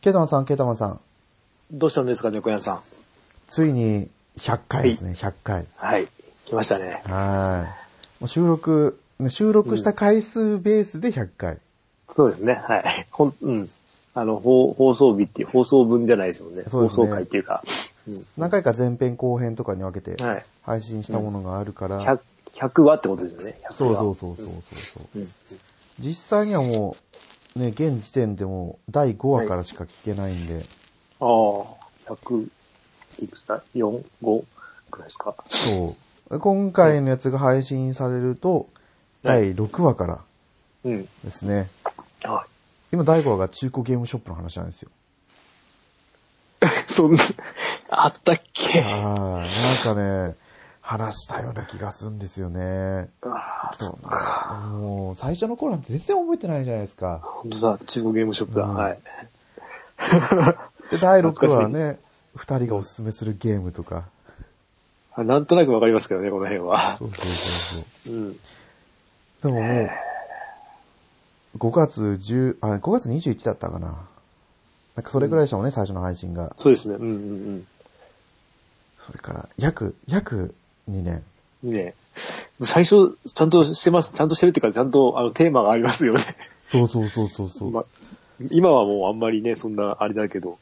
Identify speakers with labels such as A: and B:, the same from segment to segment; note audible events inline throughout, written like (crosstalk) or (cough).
A: ケイタマンさん、ケイタマンさん。
B: どうしたんですか、猫屋さん。
A: ついに100回ですね、100回。
B: はい。来ましたね。
A: はい。もう収録、収録した回数ベースで100回。
B: そうですね。はい。ほん、うん。あの、放放送日っていう、放送分じゃないですもんね。
A: そうで
B: 放
A: すね
B: 送回っていうか。うん。
A: 何回か前編後編とかに分けて
B: はい
A: 配信したものがあるから。
B: 100、100話ってことですよね。100
A: そう
B: 話。
A: そうそうそうそうそう。
B: うん。
A: 実際にはもう、ね、現時点でもう第5話からしか聞けないんで、
B: ああ、100、いくつだ ?4、5くらいですか。
A: そう。今回のやつが配信されると、
B: はい
A: 第6話から
B: うん。
A: ですね。
B: は
A: 今第5話が中古ゲームショップの話なんですよ。
B: い。そんな、あったっけ
A: ああ、なんかね、話したような気がするんですよね。
B: ああ、そうか。
A: もう、最初の頃なんて全然覚えてないじゃないですか。
B: ほんとさ、中古ゲームショップだ。
A: うん
B: はい。 (laughs)
A: で、第6話は
B: 懐
A: ね、二人がおすすめするゲームとか。
B: あなんとなくわかりますけどね、この辺は。
A: そうそうそう
B: うん。
A: そう。でももう、5月10、あ、5月21だったかな。なんかそれぐらいでしたもんね、最初の配信が。
B: そうですね。うんうん
A: それから、約、約2年。
B: うん。ねえ最初、ちゃんとしてます。ちゃんとしてるっていうか、ちゃんと、あの、テーマがありますよね。
A: そうそうそうそうそう。
B: ま今はもうあんまりね、そんな、あれだけど、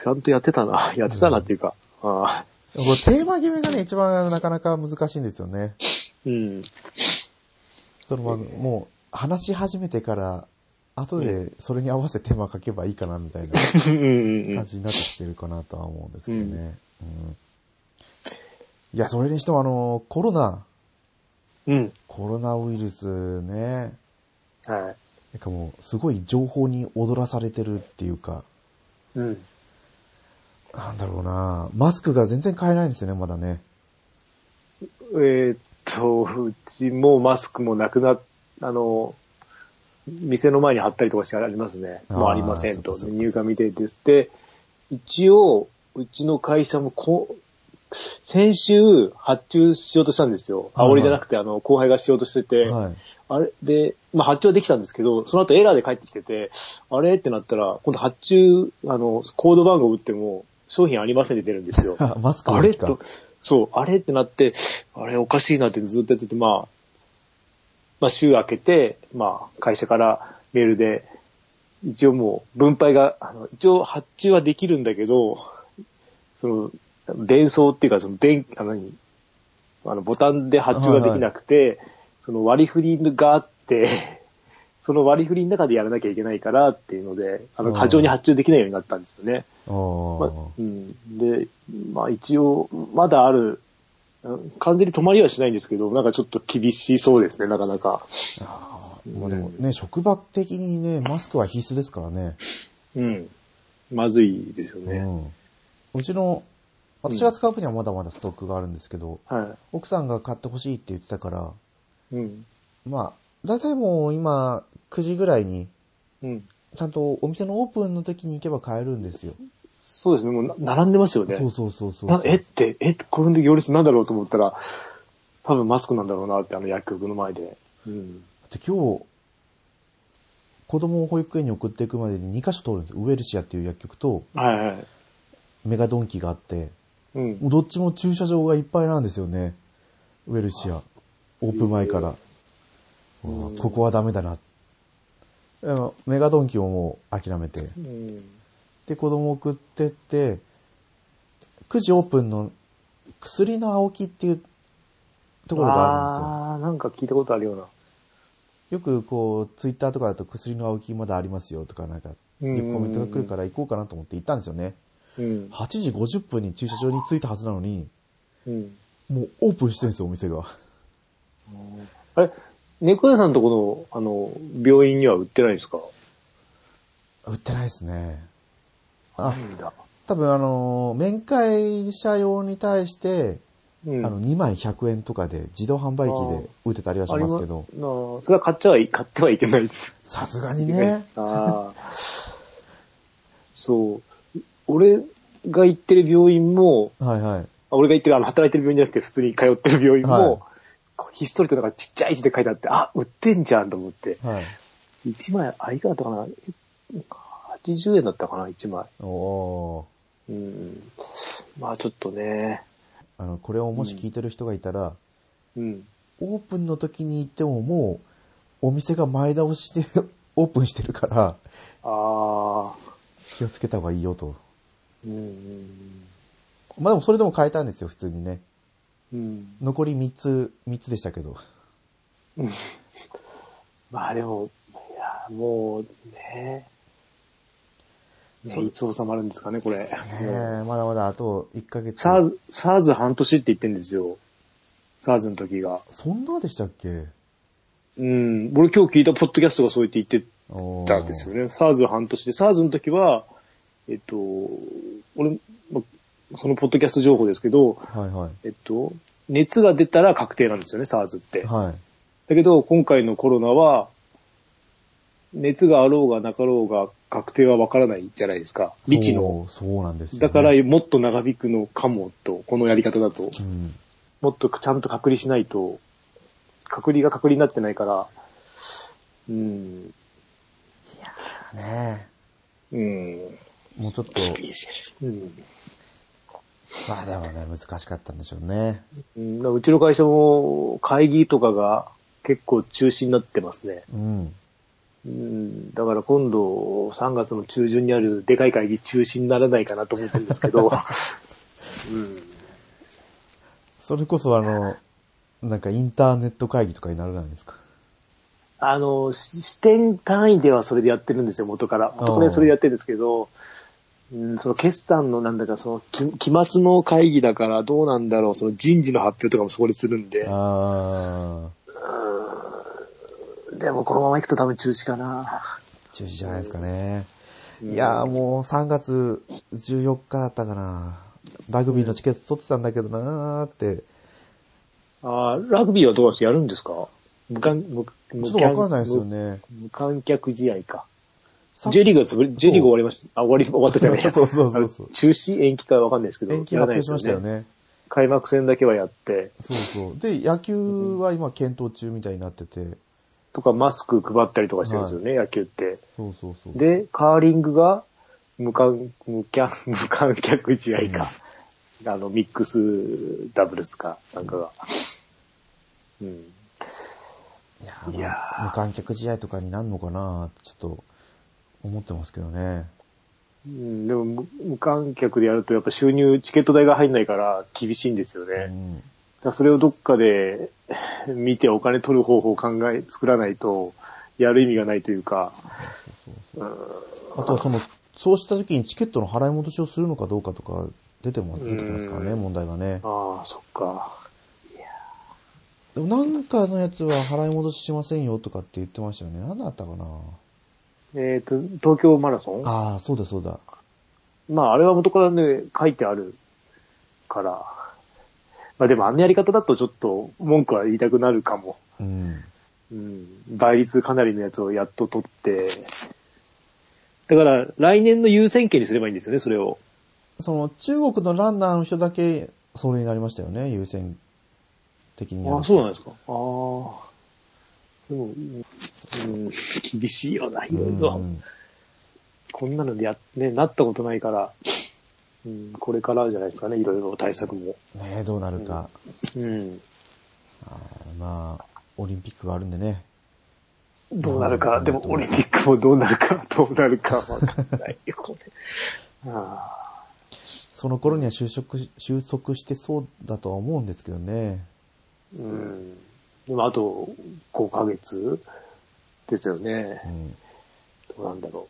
B: ちゃんとやってたな。やってたなっていうか、ああ、
A: これテーマ決めがね、一番なかなか難しいんですよね。
B: うん。
A: そのまあもう、話し始めてから、後でそれに合わせて手間かけばいいかなみたいな
B: うんうんう
A: 感
B: ん。
A: じになってきてるかなとは思うんですけどね。うんいや、それにしてもあの、コロナ、
B: うん。
A: コロナウイルスね、
B: はい。
A: なんかもう、すごい情報に踊らされてるっていうか、
B: うん。
A: なんだろうなマスクが全然買えないんですよね、まだね。
B: えーっと、うちもマスクもなくなっ、あの、店の前に貼ったりとかしてありますね。
A: あー
B: もうありませんと。
A: そうかそうか
B: 入荷未定です。で、一応、うちの会社もこ、先週発注しようとしたんです
A: は
B: よ。
A: いはい
B: あ、俺じゃなくて、あの、後輩がしようとしてて、
A: はい。
B: あれで、まあ発注はできたんですけど、その後エラーで帰ってきてて、あれってなったら、今度発注、あの、コード番号打っても、商品ありませんって出るんですよ。
A: あ (laughs) マスク
B: あ
A: で
B: れ
A: すか
B: と、そう、あれってなって、あれおかしいなってずっとやってて、まあ、まあ週明けて、まあ会社からメールで、一応もう分配が、あの、一応発注はできるんだけど、その、伝送っていうか、その、電、あの、何あの、ボタンで発注ができなくて、その割り振りがあって、 (laughs) その割り振りの中でやらなきゃいけないからっていうので、あの、過剰に発注できないようになったんですよね。
A: あー
B: まあうん、で、まあ一応、まだある、うん完全に止まりはしないんですけど、なんかちょっと厳しそうですね、なかなか。
A: あーまあでもね、職場的にね、マスクは必須ですからね。
B: うん。まずいですよね。
A: うん。うちの、私が使う分にはまだまだストックがあるんですけど、
B: は
A: 奥さんが買ってほしいって言ってたから、
B: い。うん。
A: まあ、だいたいもう今、9時ぐらいに、
B: うん。
A: ちゃんとお店のオープンの時に行けば買えるんですよ。
B: そうですね、もうな並んでますよね。
A: そうそうそうそう。
B: なえって、えこれの行列なんだろうと思ったら、多分マスクなんだろうなって、あの薬局の前で。うん。
A: で今日、子供を保育園に送っていくまでに2カ所通るんですよ。ウェルシアっていう薬局と、
B: はいはい。
A: メガドンキがあって、
B: うん。
A: もうどっちも駐車場がいっぱいなんですよね。ウェルシア。オープン前から。
B: うん
A: うわここはダメだな。でもメガドンキももう諦めて。
B: うん。
A: で、子供送ってって、9時オープンの薬の青木っていうところがあるんで
B: あー、なんか聞いたことあるような。
A: すよ。よくこう、ツイッターとかだと薬の青木まだありますよとかなんか、
B: う
A: い
B: ん
A: うコメントが来るから行こうかなと思って行ったんですよね。
B: うん。
A: 8時50分に駐車場に着いたはずなのに、
B: うん。
A: もうオープンしてるんですよ、お店が。
B: あれ、猫屋さんとこの、あの、病院には売ってないんですか
A: 売ってないですね。あ
B: い、いんだ。
A: 多分あのー、面会者用に対して、
B: うん。
A: あの、2枚100円とかで自動販売機で売ってたりはしますけど
B: あ、りまなあそれは買っちゃい、買ってはいけないです。
A: さすがにね。
B: ああ。 (laughs) そう。俺が行ってる病院も、
A: はいはい。
B: あ俺が行ってる、あの、働いてる病院じゃなくて、普通に通ってる病院
A: はい
B: も、こうひっそりとなんかちっちゃい字で書いてあって、あ、売ってんじゃんと思って。
A: はい。
B: 一枚、あいくらだったかな80円だったかな、1枚。
A: おー。
B: うん。まあちょっとね、
A: あの、これをもし聞いてる人がいたら、
B: うん。
A: オープンの時に行ってももう、お店が前倒しで (laughs) オープンしてるから、
B: ああ、
A: 気をつけた方がいいよと。
B: うんうん
A: まあでもそれでも変えたんですよ、普通にね。
B: うん。うん。
A: 残り3つ、3つでしたけど。
B: まあでも、いや、もうね、ね
A: そう
B: いつ収まるんですかね、これ。
A: ねえ、まだまだあと1ヶ月。
B: サーズ、サーズ半年って言ってんですよ。サーズの時が。
A: そんなでしたっけ
B: うん。俺今日聞いたポッドキャストがそう言って言
A: お
B: っ
A: ー
B: たんですよね。サーズ半年で、サーズの時は、えっと、俺、まそのポッドキャスト情報ですけど、
A: はいは
B: えっと、熱が出たら確定なんですよね、サーズって。
A: い。はい。
B: だけど、今回のコロナは、熱があろうがなかろうが確定はわからないじゃないですか。未知の。
A: そう。そうなんですよね、
B: だから、もっと長引くのかもと、このやり方だと。
A: うん。
B: もっとちゃんと隔離しないと、隔離が隔離になってないから、うん、
A: ね
B: うん、
A: え。もうちょっと、
B: うん
A: まあでもね、難しかったんでしょうね。
B: うん。だからうちの会社も会議とかが結構中止になってますね。
A: うん。
B: うん、だから今度3月の中旬にあるでかい会議中止にならないかなと思ってるんですけ
A: (laughs)
B: ど、うん、
A: それこそあの、なんかインターネット会議とかにならないですか
B: あの、し視点単位ではそれでやってるんですよ、元から。元からそれでやってるんですけど、うん、その決算のなんだか、その期、期末の会議だからどうなんだろう、その人事の発表とかもそこでするんで、
A: あ
B: でもこのまま行くと多分中止かな。
A: ー、中止じゃないですかね。
B: うん
A: いやーもう3月14日だったかな。ラグビーのチケット取ってたんだけどなーって。
B: あーラグビーはどうなんですかやるんですか無観、無、
A: ち
B: 無
A: ょっとわかんないですよね。
B: 無無観客試合か。
A: さ
B: J リーグは潰れ、J リーグ終わりました。あ、終わり、終わったじゃない
A: (laughs) そうそうそうそう
B: あの中止延期かわかんないですけど。
A: 延期
B: やら
A: 発
B: ない
A: 表し
B: です
A: ましたよ。ね。
B: 開幕戦だけはやって。
A: そうそう。で、野球は今検討中みたいになってて。
B: とか、マスク配ったりとかしてるんですよね、野球って。
A: そうそうそう。
B: で、カーリングが、無観、無観、 (laughs) 無観客試合か。あの、ミックスダブルスか、なんかが。うん。
A: いやー
B: いやー
A: 無観客試合とかになるのかなーってちょっと思ってますけどね。
B: うん、でも、無無観客でやると、やっぱ収入、チケット代が入んないから厳しいんですよね。
A: うん。
B: だからそれをどっかで見てお金取る方法を考え、作らないと、やる意味がないというか、
A: あとはその、そうした時にチケットの払い戻しをするのかどうかとか出ても、出てきますからね、
B: うん
A: 問題がね。
B: ああ、そっか。
A: でもなんかのやつは払い戻ししませんよとかって言ってましたよね。何だったかな
B: えっ、と、東京マラソン
A: ああ、そうだそうだ。
B: まあ、あれは元からね、書いてあるから。まあでも、あのやり方だとちょっと文句は言いたくなるかも。
A: うん。
B: うん。倍率かなりのやつをやっと取って。だから、来年の優先権にすればいいんですよね、それを。
A: その、中国のランナーの人だけ、それになりましたよね、優先的にやる。
B: あ、そうなんですか。ああ。でも、うん、厳しいよな、いろいろ。
A: ん
B: こんなのでや、ね、なったことないから、うん、これからじゃないですかね、いろいろ対策も。
A: ねえ、どうなるか。
B: うん。
A: あーまあ、オリンピックがあるんでね。
B: どうなるか、でもオリンピックもどうなるか、どうなるかわかんないよ、これ。 (laughs) ああ
A: その頃には収束し、収束してそうだとは思うんですけどね。
B: うん。でもあと5ヶ月ですよね
A: う。ん。
B: どうなんだろ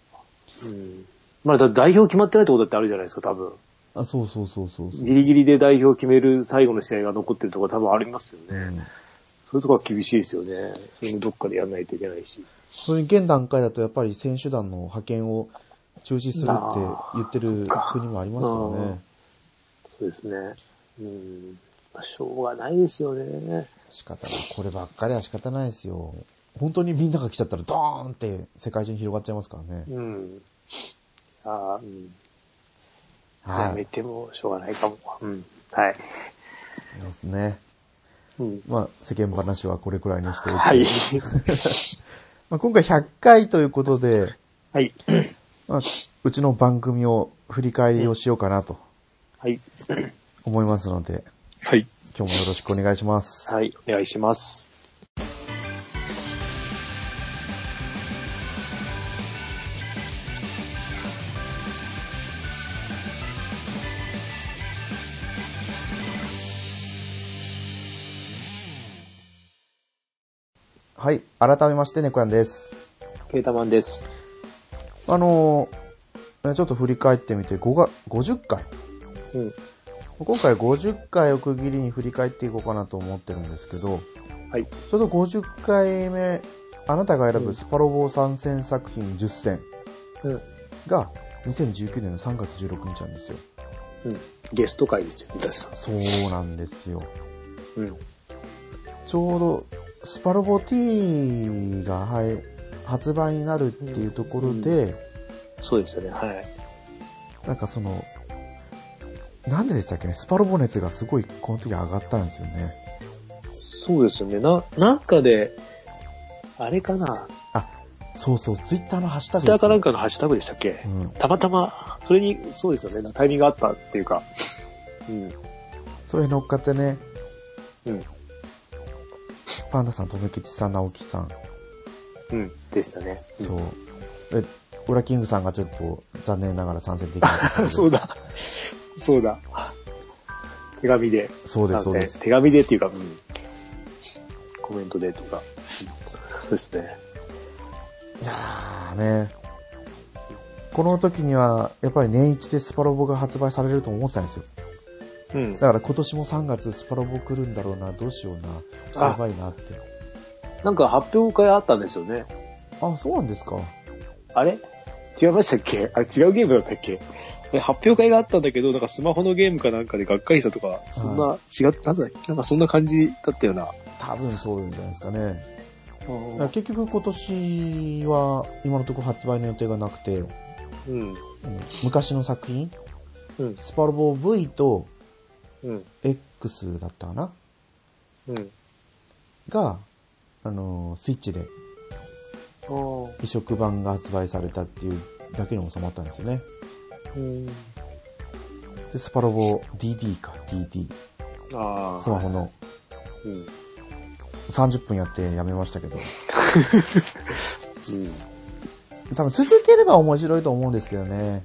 B: う。うん。まあ、だ代表決まってないってことだってあるじゃないですか、多分。
A: あ、そうそうそうそうそう。
B: ギリギリで代表決める最後の試合が残ってるとこ多分ありますよ
A: う
B: ね。
A: ん
B: そういうとこは厳しいですよね。それもどっかでやらないといけないし。
A: それに現段階だとやっぱり選手団の派遣を中止するって言ってる国もありますからね。
B: そうですね。うん。まあしょうがないですよね。
A: 仕方ない。こればっかりは仕方ないですよ。本当にみんなが来ちゃったらドーンって世界中に広がっちゃいますからね。
B: うん。ああ、うん。や
A: は
B: め
A: い。
B: てもしょうがないかも。うん。はい。
A: そうですね。
B: うん。
A: まあ、世間話はこれくらいにしておいて。
B: はい。
A: まあ、今回100回ということで、
B: はい。
A: まあ、うちの番組を振り返りをしようかなと
B: はい。
A: 思いますので、
B: はい。
A: 今日もよろしくお願いします。
B: はい、お願いします。
A: はい、改めまして、猫やんです。
B: ケータマンです。
A: あのー、えちょっと振り返ってみて、5が、50回。
B: うん。
A: 今回50回を区切りに振り返っていこうかなと思ってるんですけど、
B: はい。
A: ちょうど50回目、あなたが選ぶスパロボ参戦作品10選
B: うん。うん。
A: が、2019年の3月16日なんですよ。
B: ゲスト会ですよ、確か。
A: そうなんですよ。
B: うん。
A: ちょうど、スパロボ T が、はい、発売になるっていうところで、
B: そうですよね、はい。
A: なんかその、なんででしたっけね、スパロボ熱がすごいこの時上がったんですよね。
B: そうですよね、な、なんかで、あれかな、
A: そうそう、ツイッターのハッシュタグ
B: ツイッターかなん
A: か、
B: かのハッシュタグでしたっけ
A: うん。
B: たまたま、それに、そうですよね、タイミングがあったっていうか。うん。
A: それに乗っかってね、
B: うん。
A: パンダさん、とめきちさん、直樹さん、
B: うん。でしたね。
A: そう。え、オラキングさんがちょっと残念ながら参戦できなかったけど
B: (laughs) そうだ。そうだ。手紙で。
A: そうです、そうで
B: 参
A: す
B: 戦。手紙でっていうか、うん。コメントでとか。そうですね。
A: いやーね。この時には、やっぱり年一でスパロボが発売されると思ったんですよ。
B: うん
A: だ。から今年も3月スパロボ来るんだろうな、どうしような、
B: あ
A: やばいなって。
B: なんか発表会あったんですよね。
A: あ、そうなんですか。
B: あれ違いましたっけあ、違うゲームだったっけえ発表会があったんだけど、なんかスマホのゲームかなんかでがっかりしたとか、そんな、違ったなんだっけなんかそんな感じだったよな。
A: 多分そうじゃないですかね。だから結局今年は今のところ発売の予定がなくて、うん
B: うん。
A: 昔の作品、
B: うん。
A: スパロボ V と
B: うん。
A: X だったかな
B: うん。
A: が、あのースイッチで
B: あ
A: 移植版が発売されたっていうだけに収まったんですよね。
B: あ。うん。
A: で、スパロボ DD か、DD。
B: ああ。
A: スマホの
B: うん。うん。
A: 30分やってやめましたけど。多分続ければ面白いと思うんですけどね。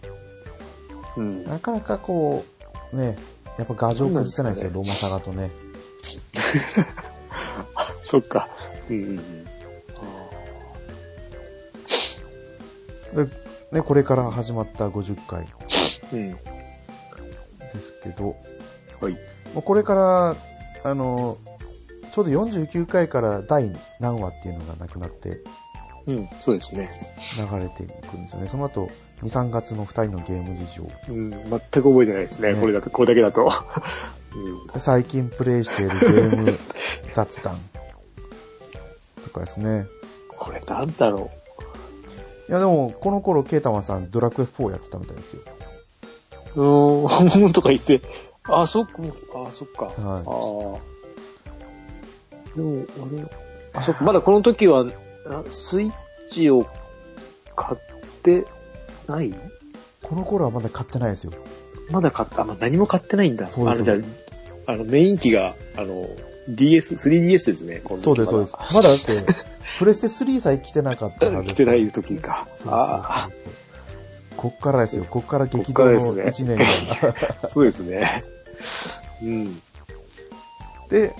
B: うん。
A: なかなかこう、ね、やっぱ画像崩せないですよ、
B: そ
A: ローマサガとね。
B: そっか。うん。うんうん。
A: で、ね、これから始まった50回で
B: うん。
A: すけど、
B: はい。
A: もうこれから、あの、ちょうど49回から第何話っていうのがなくなって
B: うん。そうですね。
A: 流れていくんですよね。その後、2、3月の2人のゲーム事情。
B: うん。全く覚えてないですね。
A: ね
B: これだと、これだけ (laughs) だと。うん。
A: で最近プレイしているゲーム雑談とかですね。
B: これなんだろ
A: いやでも、この頃、ケイタマさん、ドラクエ4やってたみたいですよ。
B: う。うーん。とか言って。あ、そっか。あ、そっか。あ
A: はい
B: あ。でも、俺、あ、そっか。まだこの時は、あスイッチを買ってない
A: この頃はまだ買ってないですよ。
B: まだ買った、あ、まあ、何も買ってないんだ。
A: そうです
B: あの、じゃあ、あの、メイン機が、あの、DS、3DS ですね、今
A: そうで
B: 度
A: す、そうです。まだだって、プレステ3さえ来てなかったはず。
B: (laughs) 来てない時か。
A: そうそうそうそう
B: あ
A: こっからですよ。こっから激
B: こっか
A: 動
B: ら
A: の
B: ですね
A: 1年が。
B: あ、 (laughs) そうですね。うん。
A: で、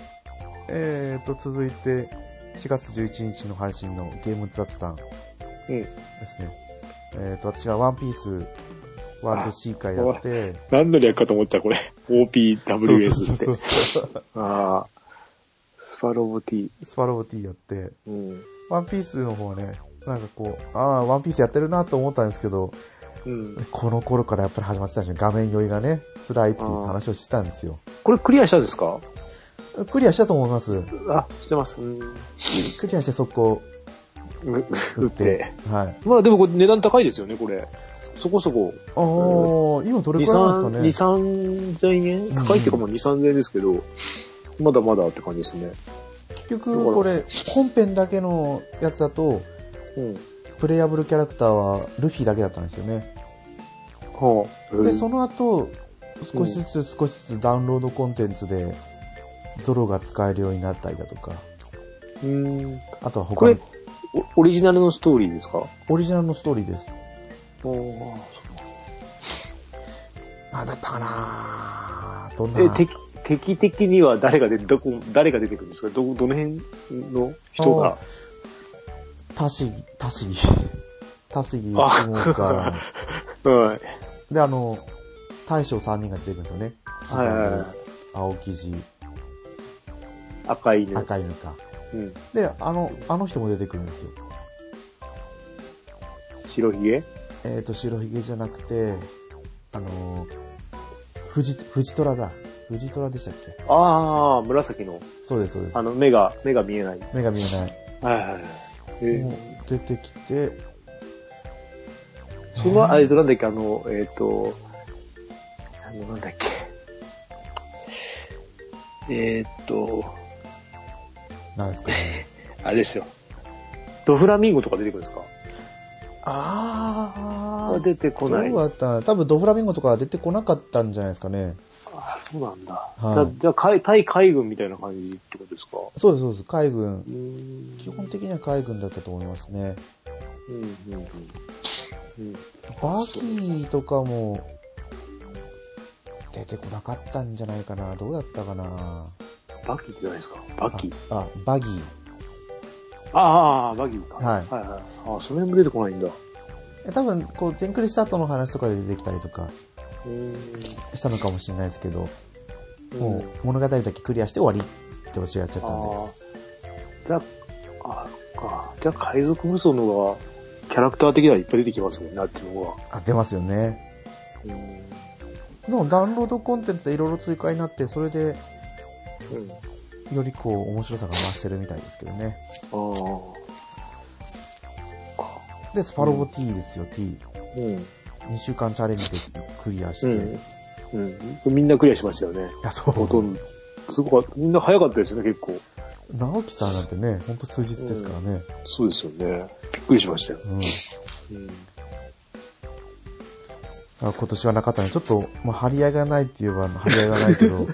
A: えー、と、続いて、4月11日の配信のゲーム雑談で
B: うん。
A: すね。えー、と、私がワンピース、ワールドシーカーやって、
B: 何の略かと思った、これ。OPWS って
A: そうそう。そうそう
B: ああ。スパロボ T。
A: スパロボ T やって、
B: うん。
A: ワンピースの方はね、なんかこう、ああ、ワンピースやってるなと思ったんですけど、
B: うん。
A: この頃からやっぱり始まってたんですよ。画面酔いがね、辛いっていう話をしてたんですよ。
B: これクリアしたんですか
A: クリアしたと思います。
B: あ、してます。うん。
A: クリアして速攻
B: 打
A: (laughs) 打
B: っ
A: ってて。。はい。
B: まあでもこれ値段高いですよね、これ。そこそこ。
A: ああ、今どれ
B: 二
A: くらいなん
B: 三二
A: ですかね。
B: 三千円高いっていうかもう二三千円ですけど、まだまだって感じですね。
A: 結局これ、本編だけのやつだと、
B: うん。
A: プレイヤブルキャラクターはルフィだけだったんですよね。
B: ほう。
A: で、その後、少しずつ少しずつダウンロードコンテンツで、ゾロが使えるようになったりだとか、
B: うん。
A: あとは
B: こ
A: 他
B: れ
A: に、、
B: おオリジナルのストーリーですか
A: オリジナルのストーリーです。
B: お
A: なんだったかなどん
B: え、
A: な
B: 敵、敵的には誰が出て、どこ、誰が出てくるんですかど、どの辺の人が。
A: タシギ、タシギ。タシギ、
B: あ
A: シモンカ
B: はい。
A: で、あの、大将3人が出てくるんですよね。
B: はいはいはい
A: 青生地、
B: 赤い犬。
A: 赤犬か。
B: うん。
A: で、あの、あの人も出てくるんですよ。
B: 白ひげ
A: えっ、と、白ひげじゃなくて、あのー、藤、藤虎だ。藤虎でしたっけ
B: ああ、紫の。
A: そうです、そうです
B: あ。の、目が、目が見えない。
A: 目が見えない。
B: はいはいはい。え
A: も
B: ー
A: う出てきて、
B: その、あれ、なんだっけ、あの、えっ、と、あの、なんだっけ。えっ、と、
A: なんですかね。
B: あれですよ。ドフラミンゴとか出てくるんですか
A: あ
B: (laughs) あ
A: ー、
B: 出てこない。
A: どうだったら多分ドフラミンゴとかは出てこなかったんじゃないですかね。
B: あそうなんだ。
A: はい
B: だじゃあ、海対海軍みたいな感じってことですか
A: そうです、そうです。海軍
B: う。ん
A: 基本的には海軍だったと思いますね。
B: うんうんうんうん。
A: バーキーとかも、出てこなかったんじゃないかな。どうだったかな。
B: バキってないですかバキ
A: あ、あバギー。
B: ああ、バギーか。
A: はい
B: はいはい。ああ、その辺も出てこないんだ。
A: え多分、こう、全クリした後の話とかで出てきたりとか
B: うー
A: したのかもしれないですけど、
B: ん。
A: もう物語だけクリアして終わりっておっしゃっちゃったんで。
B: ああ。じゃあ、あそっか。じゃあ、海賊無双の方が、キャラクター的にはいっぱい出てきますもんね、あっちの方が。
A: あ、出ますよね。
B: うーん。
A: のダウンロードコンテンツでいろいろ追加になって、それで
B: うん。あ
A: よりこう面白さが増してるみたいですけどね。
B: あ。そっか
A: で、スパロボ T ですよ、T。
B: うん。
A: 2週間チャレンジでクリアして。い
B: うん。うん。みんなクリアしましたよね。
A: や、そう。
B: ほとんど。すごかった。みんな早かったですよね、結構。
A: 直樹さんなんてね、ほんと数日ですからね。
B: そうですよね。びっくりしましたよ。
A: うん。
B: うん。
A: あ今年はなかったね。ちょっと、まあ、張り合いがないって言えば張り合いがないけ
B: (laughs)
A: ど、
B: うん。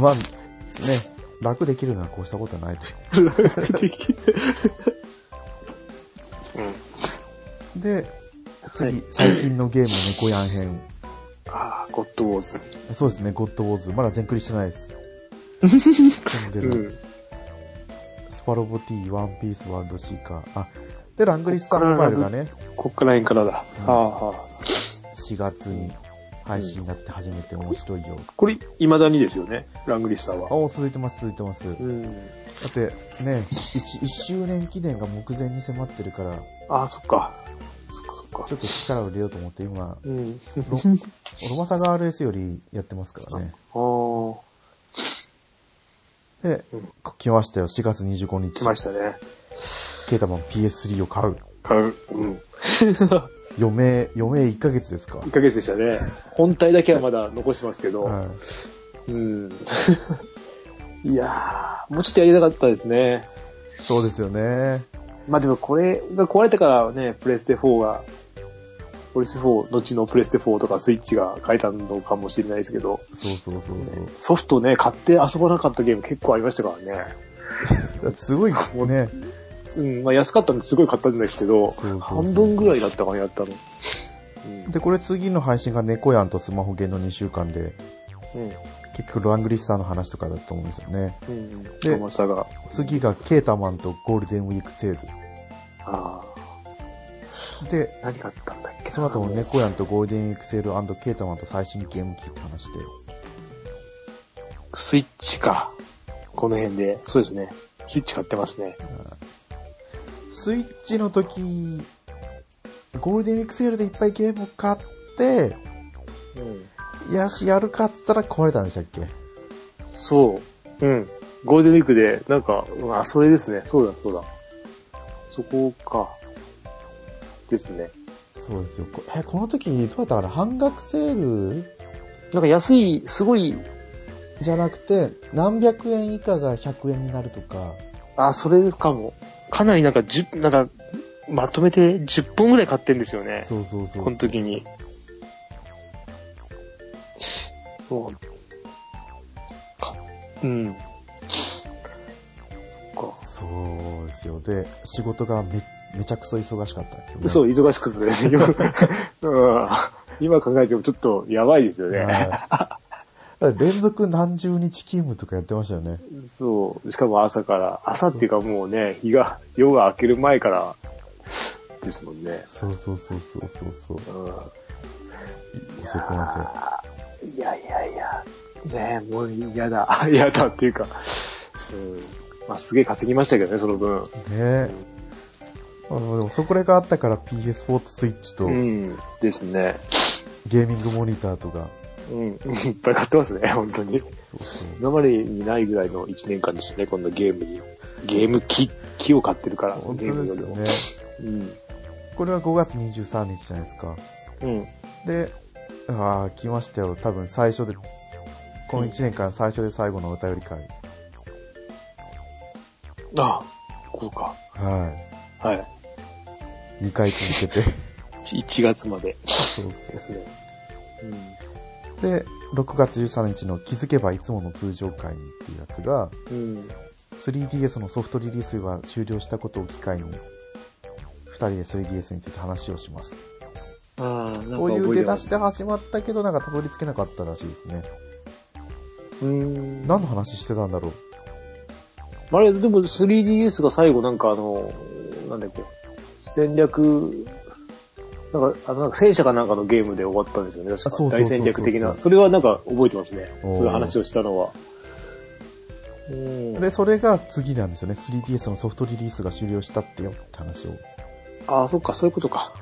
A: まあ、ね、楽できるのはこうしたことはないと。
B: できる。うん。
A: で、次、
B: はい
A: 最近のゲーム、猫やん編。
B: (laughs) ああ、ゴッドウォーズ。
A: そうですね、ゴッドウォーズ。まだ全クリしてない
B: (laughs)
A: です。全然
B: ん。
A: スパロボ T、ワンピース、ワールドシーカー。あ、で、ラングリスターモバイルがね、
B: こっから辺からだ。
A: うん
B: ああ、はあ。
A: 4月に配信になって初めて面白いよ。
B: これ、未だにですよね。ラングリスター
A: あ、
B: は。
A: お続いてます、続いてます。だ
B: うん。
A: って、ね、1、一周年記念が目前に迫ってるから、
B: ああ、そっか。そっかそっか
A: ちょ。っと力を入れようと思って
B: (laughs)
A: 今、
B: うん。
A: ロマサガ RS よりやってますからね。
B: ああ、
A: で
B: うん、
A: 来ましたよ、4月25日
B: 来。ましたね。
A: ケータマン PS3 を買う。
B: 買う。うん。
A: 余命、余命1ヶ月ですか
B: 1。ヶ月でしたね。本体だけはまだ残してますけど。
A: はい。
B: うん。 (laughs) いやー、もうちょっとやりたかったですね。
A: そうですよね。
B: まあでもこれが壊れたからね、プレステ4が、プレステ4、後のプレステ4とかスイッチが変えたのかもしれないですけど、
A: そうそうそう
B: ソフトね、買って遊ばなかったゲーム結構ありましたからね。
A: そう。だってすごい、もうね、
B: うん、まあ安かったんですごい買ったんですけど、
A: そうそうそう
B: 半分ぐらいだったかな、やったの。うん
A: で、これ次の配信が猫やんとスマホゲーの2週間で、
B: うん、
A: 結局ラングリッサーの話とかだと思うんですよね。
B: うん、
A: で
B: 甘さが。
A: 次がケータマンとゴールデンウィークセー
B: あ
A: ル。で、
B: あ、何買ったんだっけな
A: その後も。猫やんとゴールデンウィークセールケータマンと最新ゲーム機って話で。
B: スイッチか。この辺で。そうですね。スイッチ買ってますね。
A: スイッチの時、ゴールデンウィークセールでいっぱいゲームを買って、
B: うん。
A: よし、やるかっつったら壊れたんでしたっけ
B: そう。うん。ゴールデンウィークで、なんか、うんあ、それですね。そうだ、そうだ。そこか。ですね。
A: そうですよ。こえ、この時、どうやったかな半額セール
B: なんか安い、すごい、
A: じゃなくて、何百円以下が100円になるとか、
B: あ、それですかも。かなりなんか、じゅ、なんか、まとめて10本ぐらい買ってんですよね。
A: そうそうそう。
B: この時に。そう。かうん。か
A: そうですよ。で、仕事がめ、めちゃくそ忙しかったんですよね。
B: そう、忙しくてね、今うん今 (laughs) 考えてもちょっとやばいですよね。
A: はい。連続何十日勤務とかやってましたよね。
B: そう、しかも朝から、朝っていうかもうね、日が、夜が明ける前からですもんね。
A: そうそうそうそうそうそう。
B: う
A: 遅くま
B: ん、いやいやいや、ねえもう嫌だ、 (laughs) 嫌だっていうか、うんまあ、すげえ稼ぎましたけどね、その分。
A: で。ねえ。まあでもそこらがあったから PS4 とスイッチと
B: うん、ですね。
A: ゲーミングモニターとか。
B: うん、 (laughs) いっぱい買ってますね、本当に。
A: そうそう
B: 今までにないぐらいの1年間ですね、こんなゲームに。ゲーム機、機を買ってるから、
A: 本当
B: ゲームよりも。
A: ですよね。
B: うん。
A: これは5月23日じゃないですか。
B: うん。
A: で、ああ、来ましたよ。多分最初で、この1年間最初で最後のお便り会。
B: ああ、そうか。
A: は
B: はい。
A: い。2回続
B: (laughs)
A: けて。
B: 1月まで
A: そうそ
B: ですね。
A: う。で、6月13日の気づけばいつもの通常会にっていうやつが、
B: うん。うん。
A: 3DS のソフトリリースが終了したことを機会に、2人で 3DS について話をします。
B: ああ、なんか
A: という
B: 覚え
A: 出
B: てま
A: だ
B: す
A: しで始まったけど、なんかたどり着けなかったらしいですね。
B: うん。
A: 何の話してたんだろう。
B: あれ、でも 3DS が最後なんかあの、なんだっけ、戦略、なんか、あの、なんか戦車かなんかのゲームで終わったんですよね、
A: あ
B: 確
A: そうそうそう
B: か。
A: そう
B: 大戦略的な。それはなんか覚えてますね。
A: おー
B: そういう話をしたのは。うん
A: で、それが次なんですよね。3DS のソフトリリースが終了したってよって話を。
B: ああ、そっか、そういうことか。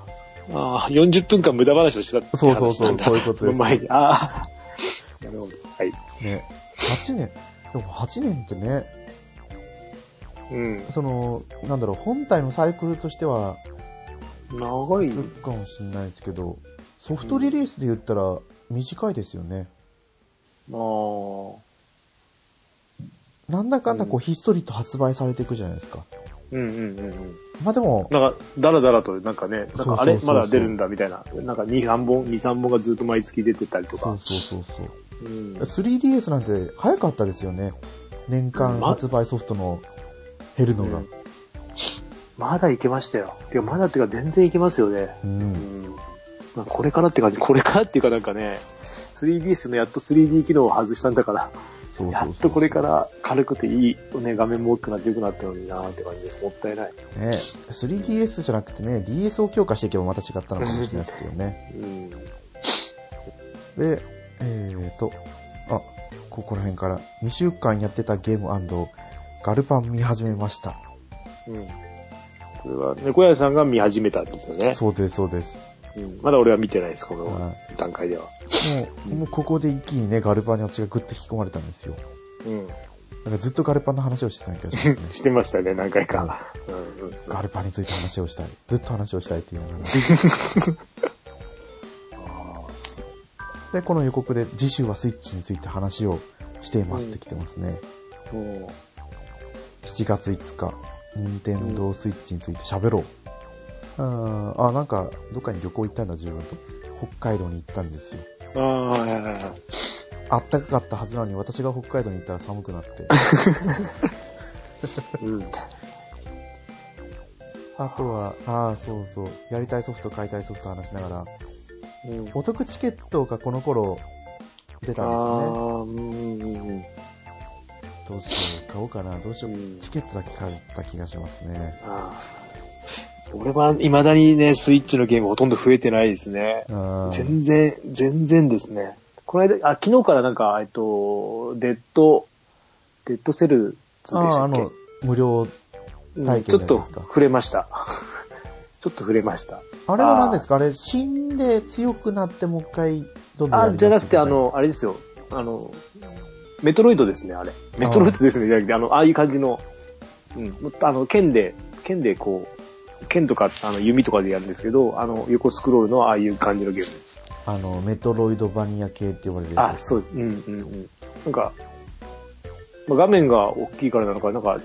B: ああ、40分間無駄話をしてたって話なんだ
A: そうそうそうそういうことです
B: その前に。ああ。なるほど。はい。
A: ね。8年。でも8年ってね、
B: うん。
A: その、なんだろう、本体のサイクルとしては、
B: 長い
A: いるかもしれないですけど、ソフトリリースで言ったら短いですよね。
B: ああ。
A: なんだかんだこう、ひっそりと発売されていくじゃないですか。
B: うんうんうんうん。
A: まあでも、
B: なんか、だらだらと、なんかね、なんかあれ
A: そうそうそうそう
B: まだ出るんだみたいな。なんか2、3本、2、3本がずっと毎月出てたりと
A: そ
B: か
A: う。そうそうそう。
B: うん。
A: 3DS なんて早かったですよね。年間
B: ま
A: 発売ソフトの減るのが。
B: まだいけましたよ。てか、まだっていうか全然いけますよね。
A: うん。
B: うん。なんかこれからって感じ、これからっていうかなんかね、3DS のやっと 3D 機能を外したんだから、
A: そうそうそう
B: やっとこれから軽くていい、ね、画面も大きくなって良くなったのになーって感じです。もったいない。
A: ね、3DS じゃなくてね、DS を強化していけばまた違ったのかもしれないですけどね。
B: うん。
A: で、えーと、あ、ここら辺から2週間やってたゲームガルパン見始めました。
B: うん。これは、猫屋さんが見始めたんですよね。
A: そうです、そうです。
B: うん。まだ俺は見てないです、こ
A: は
B: の段階では。
A: もう、もうここで一気にね、ガルパンに私がグッと引き込まれたんですよ。
B: うん。。
A: なんかずっとガルパンの話をしてた気がしますね
B: してましたね、何回か。うんうん
A: ガルパンについて話をしたい。ずっと話をしたいって言いながら。 (laughs) で、この予告で次週はスイッチについて話をしていますって来てますね。
B: うん。も
A: 7月5日、任天堂スイッチについて喋ろう。あーあ、なんか、どっかに旅行行ったんだ、自分と。北海道に行ったんですよ。
B: う、ああ、はいはいは
A: あったかかったはずなのに、私が北海道に行ったら寒くな (laughs) って。
B: い。うん。
A: あとは、ああ、そうそう。やりたいソフト、買いたいソフト話しながら、
B: うん、
A: お得チケットがこの頃、出たんで
B: あ
A: すよね。
B: あ、うんうん
A: どうしよう、買おうかな、どうしよ
B: う
A: う。
B: ん
A: チケットだけ買った気がしますね。
B: あー俺は未だにね、スイッチのゲームほとんど増えてないですね。
A: あー
B: 全然、全然ですね。この間、あ、昨日からなんか、えっと、デッド、デッドセル2でし
A: あー、
B: た
A: あ
B: っけ
A: の、無料。
B: うん
A: 体験
B: ちょっ
A: じゃ
B: と
A: ないですか
B: 触れました。 (laughs) ちょっと触れました。
A: あれは何ですかあれ、死んで強くなってもう一回、どんどんやり
B: あ、
A: 直して
B: じゃなくて、
A: み
B: あ
A: たいな
B: の、あれですよ。あの、メトロイドですね、あれ。メトロイドですね、じゃなくて、あの、ああいう感じの、うん、もっとあの、剣で、剣でこう、剣とか、あの、弓とかでやるんですけど、あの、横スクロールのああいう感じのゲームです。
A: あの、メトロイドバニア系って呼ばれるや
B: あ、
A: つ。
B: そう、うん、うん、うん。なんか、まあ画面が大きいからなのか、なんか、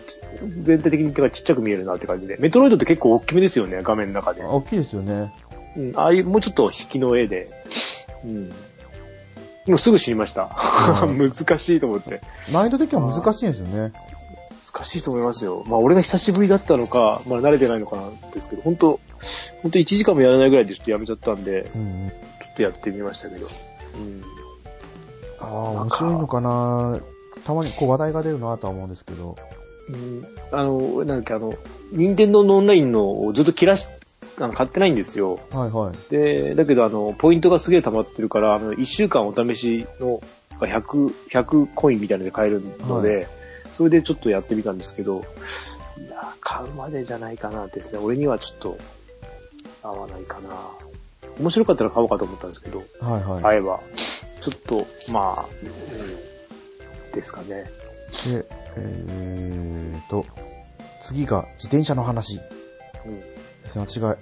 B: 全体的にちっちゃく見えるなって感じで。メトロイドって結構大きめですよね、画面の中で。
A: 大きいですよね。
B: うん、ああいう、もうちょっと引きの絵で。うん。もうすぐ知りました。
A: うん
B: (laughs) 難しいと思って。
A: 難易度的には難しいんですよね。
B: 難しいと思いますよ。まあ、俺が久しぶりだったのか、まあ、慣れてないのかなんですけど、本当本当1時間もやらないぐらいでちょっとやめちゃったんで、
A: うんうん。
B: ちょっとやってみましたけど。うん。
A: ああ、面白いのかなたまにこう話題が出るなとは思うんですけど。
B: うんあの、なんかあの、任天堂のオンラインのをずっと切らし、あの買ってないんですよ。
A: はいはい。
B: で、だけどあの、ポイントがすげえ溜まってるから、あの、1週間お試しの100、100コインみたいなので買えるので、それでちょっとやってみたんですけど、いや、買うまでじゃないかなですね。俺にはちょっと合わないかな。面白かったら買おうかと思ったんですけど、
A: はいはい。
B: 会えば、ちょっと、まあ、うん、ですかね。
A: で、えーと、次が自転車の話。
B: うん。
A: ですね私が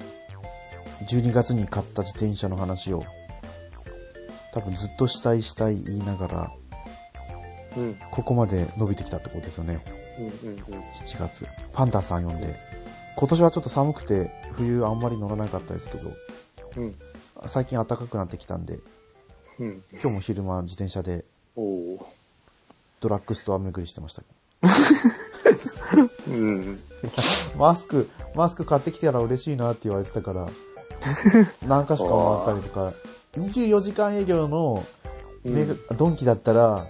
A: 12月に買った自転車の話を多分ずっとしたいしたい言いながら
B: うん。
A: ここまで伸びてきたってことですよね
B: うん。うん。うん。
A: 7月パンダさん呼んで今年はちょっと寒くて冬あんまり乗らなかったですけど
B: うん。
A: 最近暖かくなってきたんで
B: うん。
A: 今日も昼間自転車で
B: おお。
A: ドラッグストア巡りしてました
B: うん。
A: マスクマスク買ってきてたら嬉しいなって言われてたから何箇所か回ったりとか24時間営業のメガドンキだったら、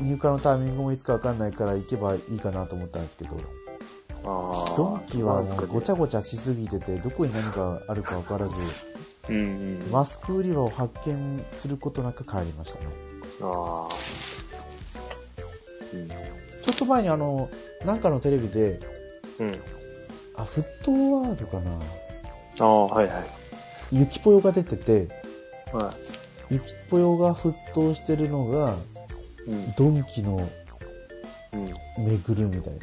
A: 入荷のタイミングもいつかわかんないから行けばいいかなと思ったんですけど、
B: ああ。
A: ドンキはもうごちゃ
B: ゃ。
A: ごちゃしすぎてて、どこに何があるかわからず、
B: うんうん。
A: マスク売り場を発見することなく帰りましたね。
B: ああ。
A: ちょっと前にあの、なんかのテレビで、
B: うん。
A: あ、フットワードかな
B: ああ、はいはい。
A: ゆきぽよが出てて、
B: は
A: ゆきぽよが沸騰してるのが、
B: い。うん。
A: ドンキの
B: うん。
A: 巡るみたいな。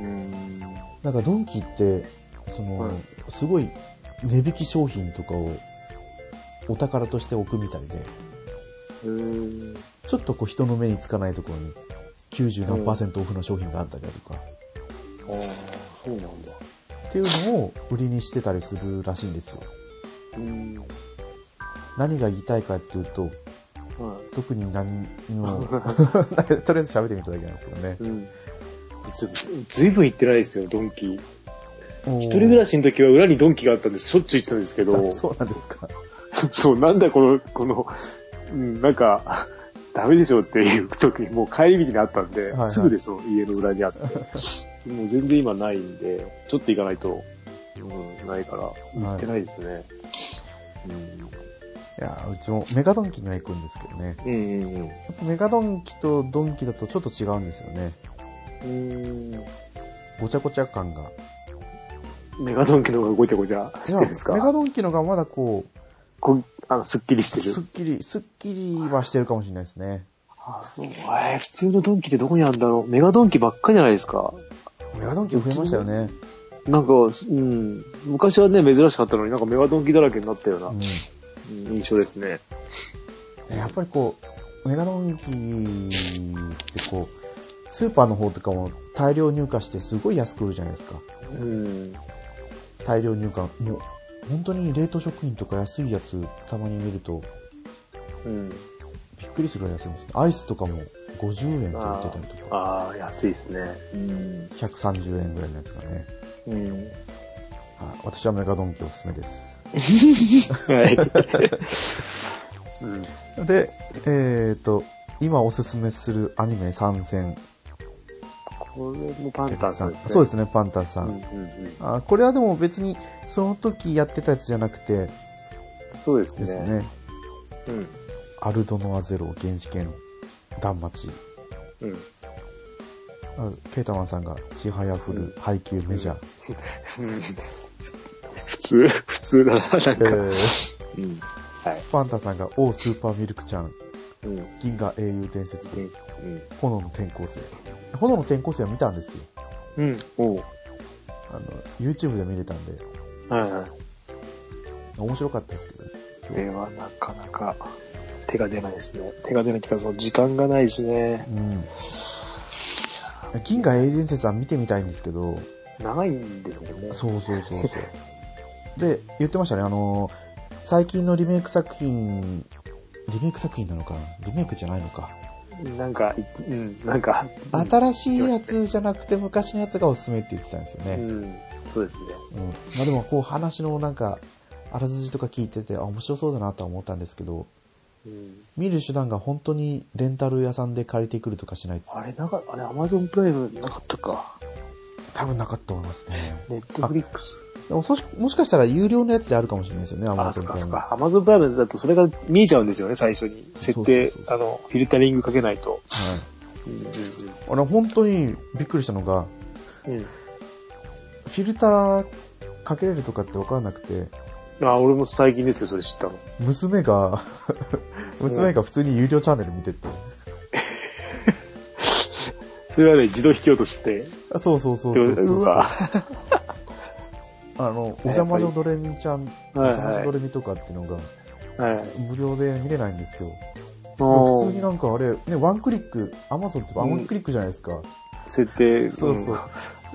B: うん。
A: なんかドンキって、その、
B: はい
A: すごい値引き商品とかをお宝として置くみたいで、
B: うん。
A: ちょっとこう人の目につかないところに90何パーセントオフの商品があったりだとか、
B: ああ、そうなんだ。
A: っていうのを売りにしてたりするらしいんですよ。
B: うん。
A: 何が言いたいかっていうと、
B: は
A: 特に何 (laughs) も、とりあえず喋ってみただけなんですけどね
B: い。。うん。ずずいぶん行ってないですよ、ドンキ。
A: 一
B: 一人暮らしの時は裏にドンキがあったんで、しょっちゅう行ってたんですけど、
A: そうなんですか。
B: (laughs) そう、なんだこの、この、うん、なんか、ダメでしょっていう時にもう帰り道にあったんで、
A: はいはい
B: すぐですよ、家の裏にあって。もう全然今ないんで、ちょっと行かないと、うん、ないから、行ってないですね。
A: いや、うちもメガドンキには行くんですけどね。
B: うん、うん、
A: メガドンキとドンキだとちょっと違うんですよね。
B: うん。
A: ごちゃごちゃ感が。
B: メガドンキの方がごちゃごちゃ
A: い
B: し
A: や
B: てるんです
A: メガ
B: か
A: ドンキのがまだこう、
B: こうあの、すっきりしてる
A: すっ。きり、すっきりはしてるかもしれないですね。
B: あ、そう。えー普通のドンキってどこにあるんだろうメガドンキばっかりじゃないですか。
A: メガドンキ増えましたよね。
B: なんか、うん、昔はね、珍しかったのになんかメガドンキだらけになったような、
A: うん
B: うん印象ですね。
A: やっぱりこう、メガドンキってこう、スーパーの方とかも大量入荷してすごい安く売るじゃないですか。
B: うん。
A: 大量入荷。もう、本当に冷凍食品とか安いやつたまに見ると
B: うん。
A: びっくりするぐらい安いんですね。アイスとかも50円って売ってたりとか、
B: ああ、安いですね。
A: 130円ぐらいのやつがね。
B: うん。うん。
A: はい私はメガドンキおすすめです。
B: はい。うん。
A: で、えっ、と、今おすすめするアニメ参戦。
B: これもパンタンさんですね。。
A: そうですすね、パンタンさ。
B: うんんうんうん。
A: あこれはでも別に、その時やってたやつじゃなくて、
B: そうです
A: です
B: ね。
A: ね、
B: うん。
A: アルドノアゼロ、原始圏、断末。
B: うん。
A: あケータマンさんが、ちはやふる、配給メジャー。
B: 普通、普通だな、なんか。
A: えー
B: うん。はい。
A: (laughs) パンタンさんが、オースーパーミルクちゃん、
B: うん。
A: 銀河英雄伝説、
B: うん。
A: 炎の転校生。炎の転校生は見たんですよ。
B: うん。おう。
A: あの、YouTube で見れたんで、
B: はいはい。
A: 面白かったですけどね。
B: これはなかなか手が出ないですね。手が出ないっていうか、その時間がないですね。
A: うん。い銀河英伝説は見てみたいんですけど、
B: 長いんですもんね。
A: そうそうそうそう。で、言ってましたね、あの、最近のリメイク作品、リメイク作品なのかなリメイクじゃないのか。
B: なんか、いうん、なんか、
A: 新しいやつじゃなくて昔のやつがおすすめって言ってたんですよ
B: う
A: ね。
B: ん、そうですね。
A: うん。まあでもこう話のなんか、あらすじとか聞いてて、あ、面白そうだなとは思ったんですけど、
B: うん、
A: 見る手段が本当にレンタル屋さんで借りてくるとかしないと
B: あれ、なんか、あれ、アマゾンプライムなかったか。
A: 多分なかったと思いますね。
B: ネットフリックス。
A: でもそしもしかしたら有料のやつであるかもしれないですよね、ア
B: あ、
A: マゾ
B: そ
A: ン
B: っ
A: プ
B: か
A: ライ
B: そっ
A: ム。
B: か。アマゾンプライムだとそれが見えちゃうんですよね、最初に。設定、
A: そうそう
B: あの、フィルタリングかけないと。
A: はい
B: うん、うん、
A: あれ本当にびっくりしたのが、
B: うん。うん
A: フィルターかけれるとかってわかんなくて、
B: あ、俺も最近ですよ、それ知ったの。
A: 娘
B: (laughs)
A: が、娘が普通に有料チャンネル見てて。
B: それはね、自動引き落として。
A: あそうそうそうそうそう
B: うわ。
A: あの、お邪魔女ドレミちゃん、お
B: はい
A: 邪魔女ドレミとかっていうのが
B: はい。
A: 無料で見れないんですよ。
B: お
A: 普通になんかあれ、ね、ワンクリック、アマゾンってワンクリックじゃないですか。
B: 設定。
A: そうそう。
B: んあ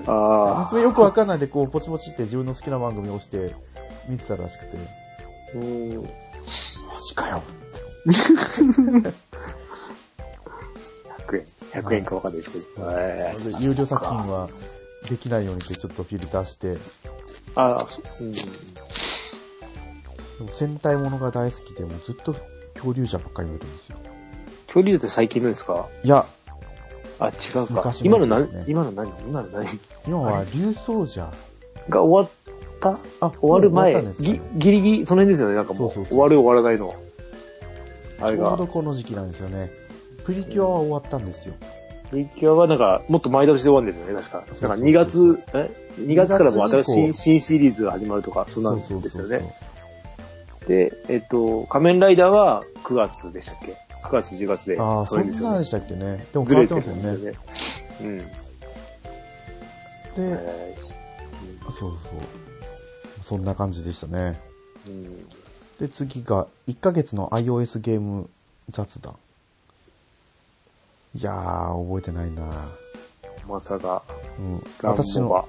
B: あ。
A: 娘よくわかんないでこう、ポチポチって自分の好きな番組を押して見てたらしくて。
B: うん。
A: マジかよ。
B: 100円。100円かわかんないですけど。はい
A: なので有料作品はできないようにってちょっとフィルターして、で
B: ああ、うん。
A: も戦隊ものが大好きで、もうずっと恐竜じゃばっかり見てるんですよ。
B: 恐竜って最近のですか
A: いや、
B: あ、違うか。
A: 昔の
B: 今の
A: やつで
B: 何
A: すね
B: 今の何今の何 (laughs)
A: 今は竜奏者。
B: が終わった
A: あ、
B: 終わる
A: も
B: 前
A: う終わったんですか
B: ぎ
A: ね
B: ギリギリ、その辺ですよね。なんかもう、
A: そうそうそう
B: 終わる終わらないの。あれ
A: ちょう
B: が
A: ど、この時期なんですよね。プリキュアは終わったんですよ。
B: プリキュアはなんか、もっと前倒しで終わるんですよね、確か。
A: そうそう
B: なんか2月、え ?2 月からもう新
A: 二月以
B: し
A: 降
B: い新シリーズが始まるとか、そんなんですよね。で、えっと、仮面ライダーは9月でしたっけ ?9 月、10月で。
A: ああ、そ
B: れで
A: ん
B: す
A: な
B: よ
A: んで
B: ね。
A: したっけね。でも
B: ず
A: 変わ
B: れ
A: って
B: て
A: ま
B: る
A: すよ
B: ん
A: ね。
B: ですよね。うん。
A: で、
B: え
A: そうそう。そんな感じでしたね。
B: ーうん
A: で、次が、1ヶ月の iOS ゲーム雑談。いやー、覚えてないな
B: まさか、
A: うん。
B: ラン
A: 私
B: ボ
A: の
B: は、。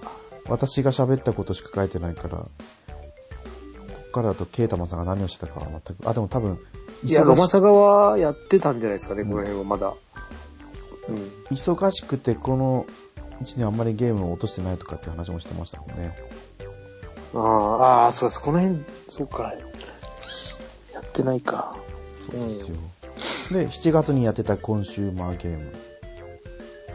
A: 私が喋ったことしか書いてないから、こっからだとケイタマンさんが何をしてたかは全く、あ、でも多分、
B: いや、ロマ
A: 忙し
B: サガはやってたんじゃないですかね、
A: うん
B: この辺はまだ。うん。
A: 忙しくてこのうちにあんまりゲームを落としてないとかっていう話もしてましたもんね。
B: ああああ、そうです。この辺、そうか。やってないか。
A: そうですよ。で、7月にやってたコンシューマーゲーム。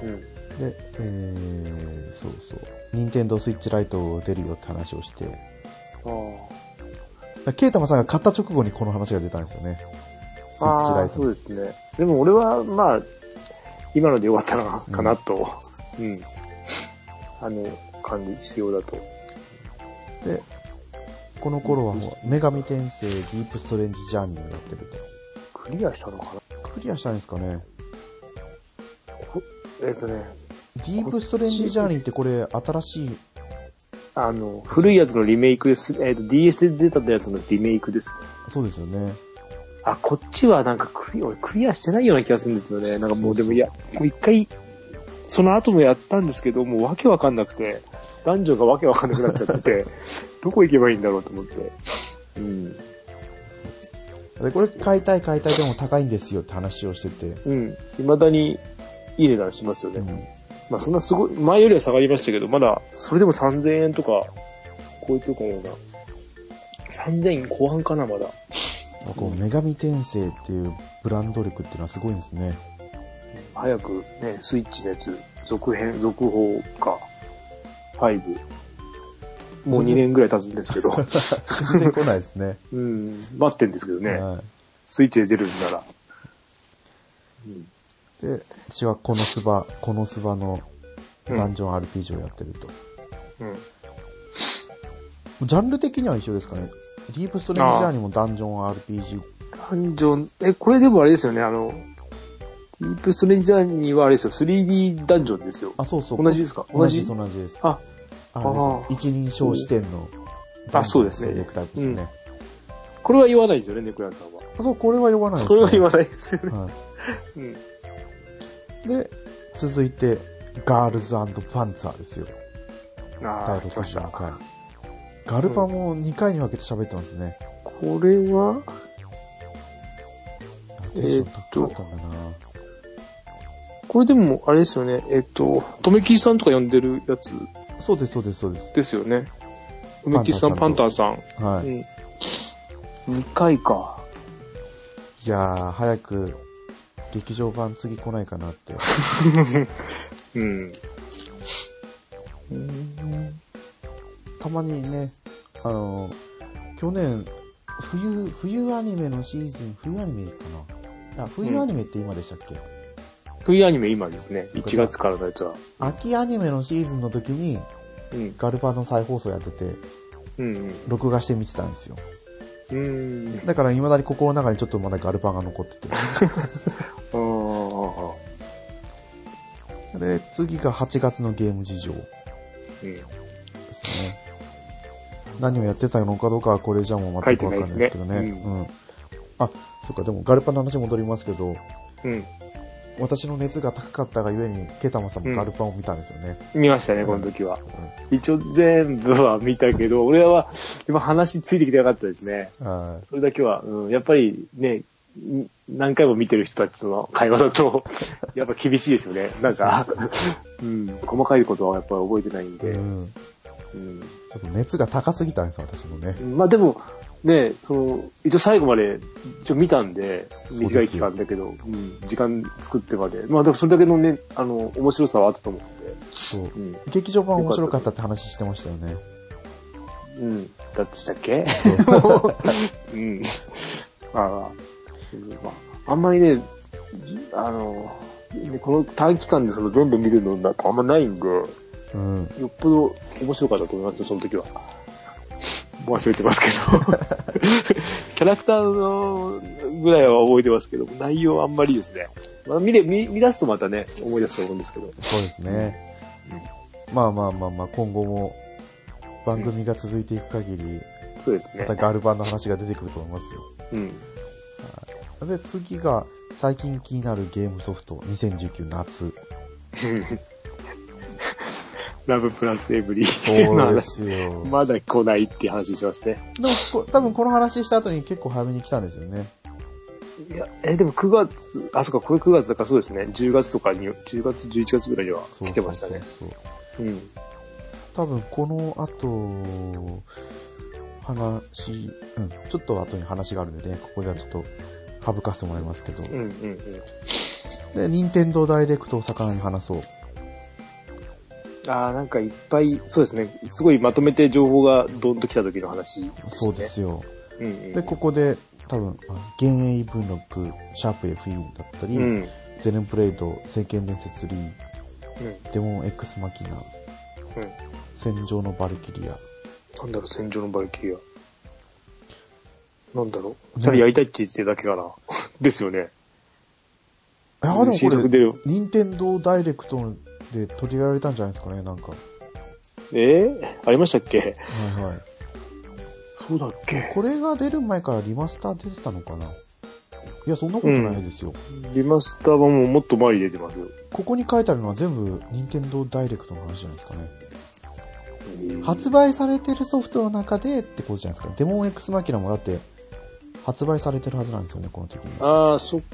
B: うん。
A: で、えー、そうそう。任天堂スイッチライト出るよって話をして、
B: あ
A: ケイタマさんが買った直後にこの話が出たんですよね。スイ
B: あ
A: ッチ
B: あ
A: ラ
B: あ、
A: イト
B: そ
A: の。
B: うですね。でも俺は、まあ、今のでよかったな、
A: うん
B: かなと。うん。あの、感じ、仕様だと。
A: で、この頃はもう女神転生ディープストレンジジャーニーをやってる
B: クリアしたのかな
A: と。クリアしたんですかね。
B: こえっ、とね、
A: ディープストレンジジャーニーってこれ新しい、
B: あの、古いやつのリメイクです。えっ、と、DS で出たやつのリメイクですね。
A: そうですよね。
B: あ、こっちはなんかクリ俺クリアしてないような気がするんですよね。なんかもうでもいや、もう一回、その後もやったんですけど、もうわけわかんなくて、男女がわけわかんなくなっちゃって (laughs) て、どこ行けばいいんだろうと思って。うん。
A: で、これ買いたい買いたいでも高いんですよって話をしてて。
B: うん。未だにいい値段しますよね。
A: うん
B: まあそんなすごい、前よりは下がりましたけど、まだ、それでも3000円とか、超えてるかもな。3000円後半かな、まだ。
A: こう、女神転生っていうブランド力っていうのはすごいんですね。
B: 早くね、スイッチのやつ、続編、続報か、5。もう2年ぐらい経つんですけ (laughs) ど、
A: 全然来ないですね。
B: うん、待ってんですけどね、
A: は
B: スイッチで出るんなら。
A: い。で、私はこのスバ、このスバのダンジョン RPG をやってると。
B: うん。
A: ジャンル的には一緒ですかね。ディープストレンジジャーにもダンジョン RPG。
B: ダンジョン、え、これでもあれですよね、あの、ディープストレンジャーにはあれですよ、3D ダンジョンですよ。
A: あ、そうそう。
B: 同じですか
A: 同
B: 同
A: じ
B: じ
A: です、同じです。
B: あ、
A: あの一人称視点のダン
B: あ
A: ジョ
B: そ
A: ン
B: う
A: を
B: ですね
A: 攻略タイプですね。
B: これは言わないんですよね、ネクランさんは。
A: あそう、これは呼ばないです、ね。
B: これは言わないですよね。
A: は
B: うん。
A: い。で、続いて、ガールズパンツァーですよ。
B: あ
A: 第
B: あ、来ました
A: 67。回。ガルパも2回に分けて喋ってますね。
B: これは、
A: テンション
B: えーっ
A: 高
B: と
A: かったんだな。
B: これでも、あれですよね。えっと、とめきさんとか呼んでるやつ
A: そうです、そうです、そうです。
B: ですよね。とめきさん、パ
A: パ
B: ン
A: ン
B: タ
A: タ
B: ン
A: ン
B: さん。
A: はい。
B: う
A: い
B: ん。2回か。
A: やー、早く、劇場版次来ないかなって。
B: うん。
A: たまにね、あの、去年、冬、冬アニメのシーズン、冬アニメかな。あ、冬アニメって今でしたっけ、
B: 冬アニメ今ですね。1月からのやつは。
A: 秋アニメのシーズンの時に、
B: うん。
A: ガルパの再放送やってて、
B: うん。
A: 録画して見てたんですよ。
B: うん。あ
A: だから未だに心の中にちょっとまだガルパが残ってて。
B: あ。
A: で、次が8月のゲーム事情で
B: うん。
A: すね。何をやってたのかどうかはこれじゃもう全くわかんないですけどね。
B: 書いてないですね
A: うん。あ、そっか、でもガルパの話戻りますけど、
B: うん。
A: 私の熱が高かったがゆえに、ケタマさんもガルパンを見たんですよね。
B: 見ましたね、この時は。一応全部は見たけど、俺は、でも話ついてきてなかったですね。
A: は
B: それだけは、うん、やっぱりね、ん何回も見てる人たちとの会話だと、やっぱ厳しいですよね。なんか、うん、細かいことはやっぱり覚えてないん
A: い。
B: で。
A: うん。ち
B: うん
A: ょっと熱が高すぎたんですよ、私のね。
B: まあでも、ね、その、一応最後まで一応見たんで、
A: そうですよ
B: 短い期間だけど、うん、時間作ってまで。まあでもそれだけのね、あの、面白さはあったと思
A: そう
B: う。んで。
A: 劇場版面白かったって話してましたよね。
B: うん。うん。だってしたっけ
A: そう
B: うん。 (laughs) まあ、まあ、あんまりね、あの、ねこの短期間でその全部見るのなんかあんまないんで、よ
A: うん。
B: っぽど面白かったと思いますよ、その時は。もう忘れてますけど。 (laughs) キャラクターのぐらいは覚えてますけど、内容はあんまりですね。まあ、見れ、見、見出すとまたね、思い出すと思うんですけど。
A: そうですね。まあまあまあまあ、今後も番組が続いていく限り、
B: そうですね
A: また。ガルバンの話が出てくると思います
B: うん。
A: よ。で、次が、最近気になるゲームソフト、2019夏。
B: ラブプラスエブリーの
A: そうで
B: 話。
A: すよ。
B: まだ来ないっていう話しましたね。
A: でもこ多分この話した後に結構早めに来たんですよね。
B: いや、え、でも9月、あ、そっか、これ9月だからそうですね。10月とかに、10月、11月ぐらいには
A: そう
B: 来てましたね。。
A: そうそう
B: うん。
A: 多分この後、話、うん、ちょっと後に話があるので、ね、ここではちょっと省かせてもらいますけど。
B: うんうんうん。
A: で、任天堂ダイレクトを魚に話そう。
B: あーなんかいっぱい、そうですね。すごいまとめて情報がどんと来た時の話、
A: そうで。すよ。
B: うんうん。
A: で、ここで、多分、あ幻影文録、シャープ FE だったり、
B: うん。うん。
A: ゼレンプレイド、聖剣伝説3、デモン X マキナ、
B: うん。
A: 戦場のバルキリア。
B: なんだろう、戦場のバルキリア。なんだろう。二人やりたいって言ってるだけかな。 (laughs) ですよね。
A: あ、でも
B: 新作
A: こ
B: 出る
A: れ
B: よ、
A: 任天堂ダイレクトで取り上げられたんじゃないですかね、なんか。
B: えー、ありましたっけ
A: はいはい。
B: そうだっけ
A: これが出る前からリマスター出てたのかないや、そんなことないですよ。
B: リマスター版ももっと前に出てますよ。
A: ここに書いてあるのは全部、任天堂ダイレクトの話じゃないですかね。
B: うん
A: 発売されてるソフトの中でってことじゃないですか。デモン X マキナもだって、発売されてるはずなんですよね、この時に。
B: ああ、そっか。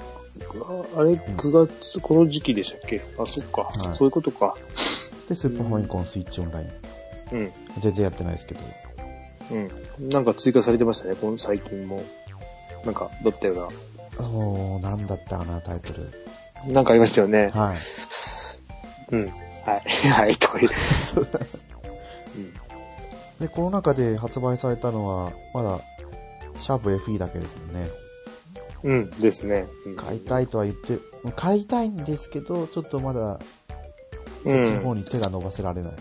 B: あれ、
A: ん
B: 9月、この時期でしたっけあ、そっか、
A: い
B: そういうことか。
A: で、スーパーファミコン、スイッチオンライン。
B: うん。
A: 全然やってないですけど。
B: うん。なんか追加されてましたね、この最近も。なんか、だったよ
A: おー、なんだったかな、タイトル。
B: な。なんかありましたよね。
A: はい。
B: うん。はい。 (laughs) はい、とか言って。
A: で、この中で発売されたのは、まだ、シャープ FE だけですもんね。
B: うん。うん、ですね。うん
A: 買いたいとは言って、買いたいんですけど、ちょっとまだ、
B: う
A: そっちの方
B: ん。
A: に手が伸ばせられない。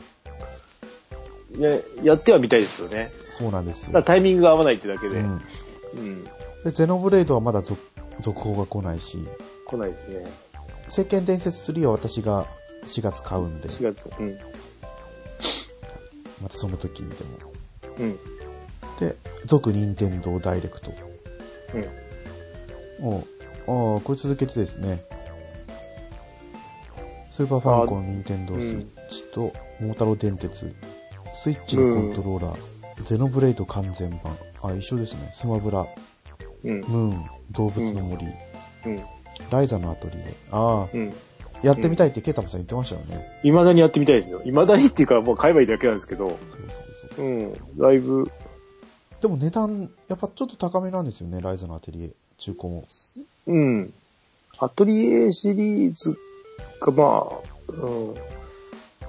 B: ね、やってはみたいですよね。
A: そうなんです
B: ただ
A: よ。
B: タイミングが合わないってだけで。
A: う
B: うん。
A: ん。で、ゼノブレイドはまだ続続報が来ないし、
B: 来ないですね。
A: 聖剣伝説3は私が4月買うんで、
B: 4月。うん。
A: またその時にでも。
B: うん。
A: で、続任天堂ダイレクト。
B: うん。
A: おうああ、これ続けてですね。スーパーファミコン、ニンテンドー
B: う
A: ス
B: ん
A: イッチと、モータロ電鉄、スイッチのコントローラー、ゼノブレイド完全版、あ、一緒ですね、スマブラ、
B: うん。
A: ムーン、動物の森、
B: うん。
A: ライザのアトリエ、ああ、
B: うん。
A: やってみたいってケイタマさん言ってましたよね。
B: 未だにやってみたいですよ。未だにっていうか、もう買えばいいだけなんですけど。
A: そうそうそう
B: うん。だいぶ、
A: でも値段、やっぱちょっと高めなんですよね、ライザのアトリエ、中古も。
B: うん。アトリエシリーズが、まあ、うん。で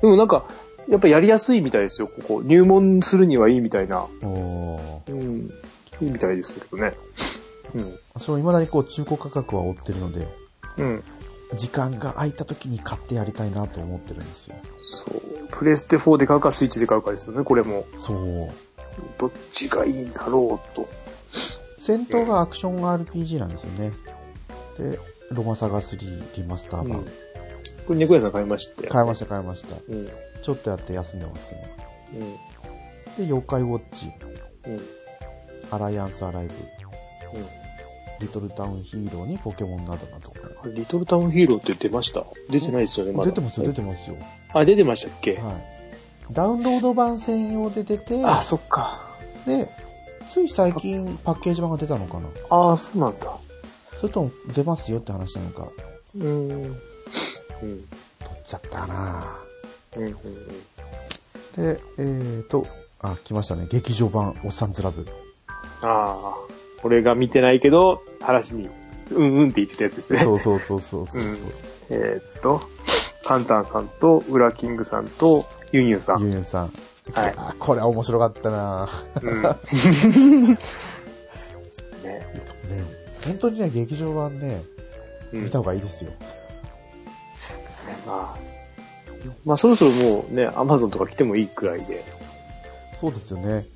B: もなんか、やっぱやりやすいみたいですよ、ここ。入門するにはいいみたいな。
A: お
B: うん。いいみたいですけどね。うん。
A: ー。それ未だにこう中古価格は追ってるので、
B: うん。
A: 時間が空いた時に買ってやりたいなと思ってるんですよ。
B: そう。プレステ4で買うかスイッチで買うかですよね、これも。
A: そう。
B: どっちがいいんだろうと。
A: 戦闘がアクション RPG なんですよね。で、ロマサガ3リマスター
B: うん
A: 版。。
B: これ、猫屋さん買いまして。
A: 買いました買いました。
B: うん。
A: ちょっとやって休んでますね。
B: うん。
A: で、妖怪ウォッチ、
B: うん。
A: アライアンスアライブ、
B: うん。
A: リトルタウンヒーローにポケモンなどなど。
B: これリトルタウンヒーローって出ました出てないですよね、まだ。
A: 出てますよ、出てますよ。
B: あ、出てましたっけ、
A: はい。ダウンロード版専用で出て、
B: あ、そっか。
A: で、つい最近パッケージ版が出たのかな
B: あ、そうなんだ。
A: それとも出ますよって話なのか。
B: うーん。うん。うん。
A: 取っちゃったな
B: うん。うん。
A: ぁで、えーと、あ、来ましたね。劇場版、おっさんずラブ。
B: ああ。俺が見てないけど、話に、うんうんって言ってたやつですね。
A: そうそうそうそうそう。
B: うんえーっと、カンタンさんと、ウラキングさんと、ユニュンさん。
A: ゆうゆうさん。
B: はい
A: あーこれは面白かったなぁ
B: うん。
A: (laughs)
B: ね。
A: ね、本当にね、劇場版ね、
B: うん。
A: 見た方がいいですよ。
B: まあ、まあそろそろもうね、アマゾンとか来てもいいくらいで。
A: そうですよね。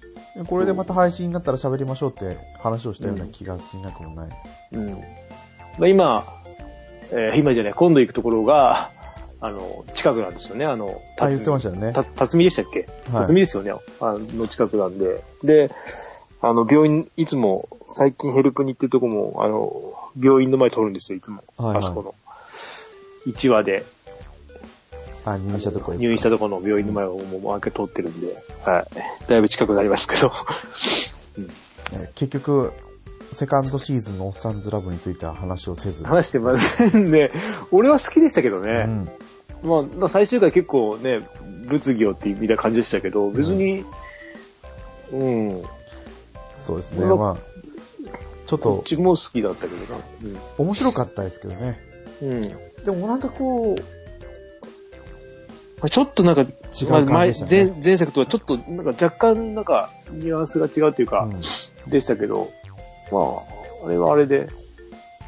A: これでまた配信になったら喋りましょうって話をしたような気がしなくもない。
B: うん。まあ今、えー今じゃない、今度行くところが、あの、近くなんですよね、あの、
A: あ、言ってましたよね。
B: た、辰巳でしたっけ、
A: はい
B: 辰巳ですよね。あの、近くなんで。で、あの、病院、いつも、最近ヘルプに行ってるとこも、あの、病院の前通るんですよ、いつも。
A: はいはい
B: あそこの。1話で、
A: あ、入院したとこです。
B: 入院したところの病院の前をもう毎回通ってるんで、はい。だいぶ近くなりますけど。 (laughs)
A: ね結局、セカンドシーズンのおっさんずラブについては話をせず。
B: 話してませんね。俺は好きでしたけど
A: う
B: ね。
A: ん。
B: まあ、だから最終回結構ね、物議をってみたいな感じでしたけど、別に、うん、
A: そうですね。
B: これは
A: まあ、ちょっ
B: どっ
A: と
B: ちも好きだったけ
A: 面白かったですけどね。
B: どな。うん。うん
A: でもなんかこう、
B: まあちょっとなんか、
A: 違う感じでしたね
B: まあ前前作とはちょっと、なんか若干、なんか、ニュアンスが違うというか、
A: うん
B: でしたけど、まあ、あれはあれで、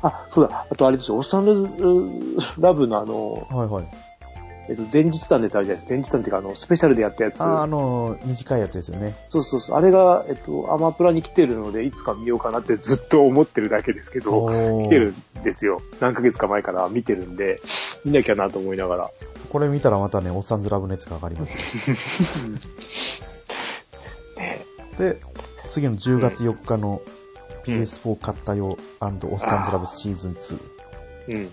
B: あ、そうだ、あとあれですよ、オッサンルラブのあの、
A: はいはい。
B: えっと、前日談でやつあるじゃないですか、前日談っていうか、あの、スペシャルでやったやつ。
A: ああの、短いやつですよね。
B: そうそうそう、あれが、えっと、アマプラに来てるので、いつか見ようかなってずっと思ってるだけですけど、
A: おー
B: 来てるんですよ。何ヶ月か前から見てるんで、見なきゃなと思いながら。
A: これ見たらまたね、おっさんずラブ熱が上がりますよ。
B: ね
A: で、次の10月4日の PS4 買ったよおっさんずラブシーズン2。
B: うん。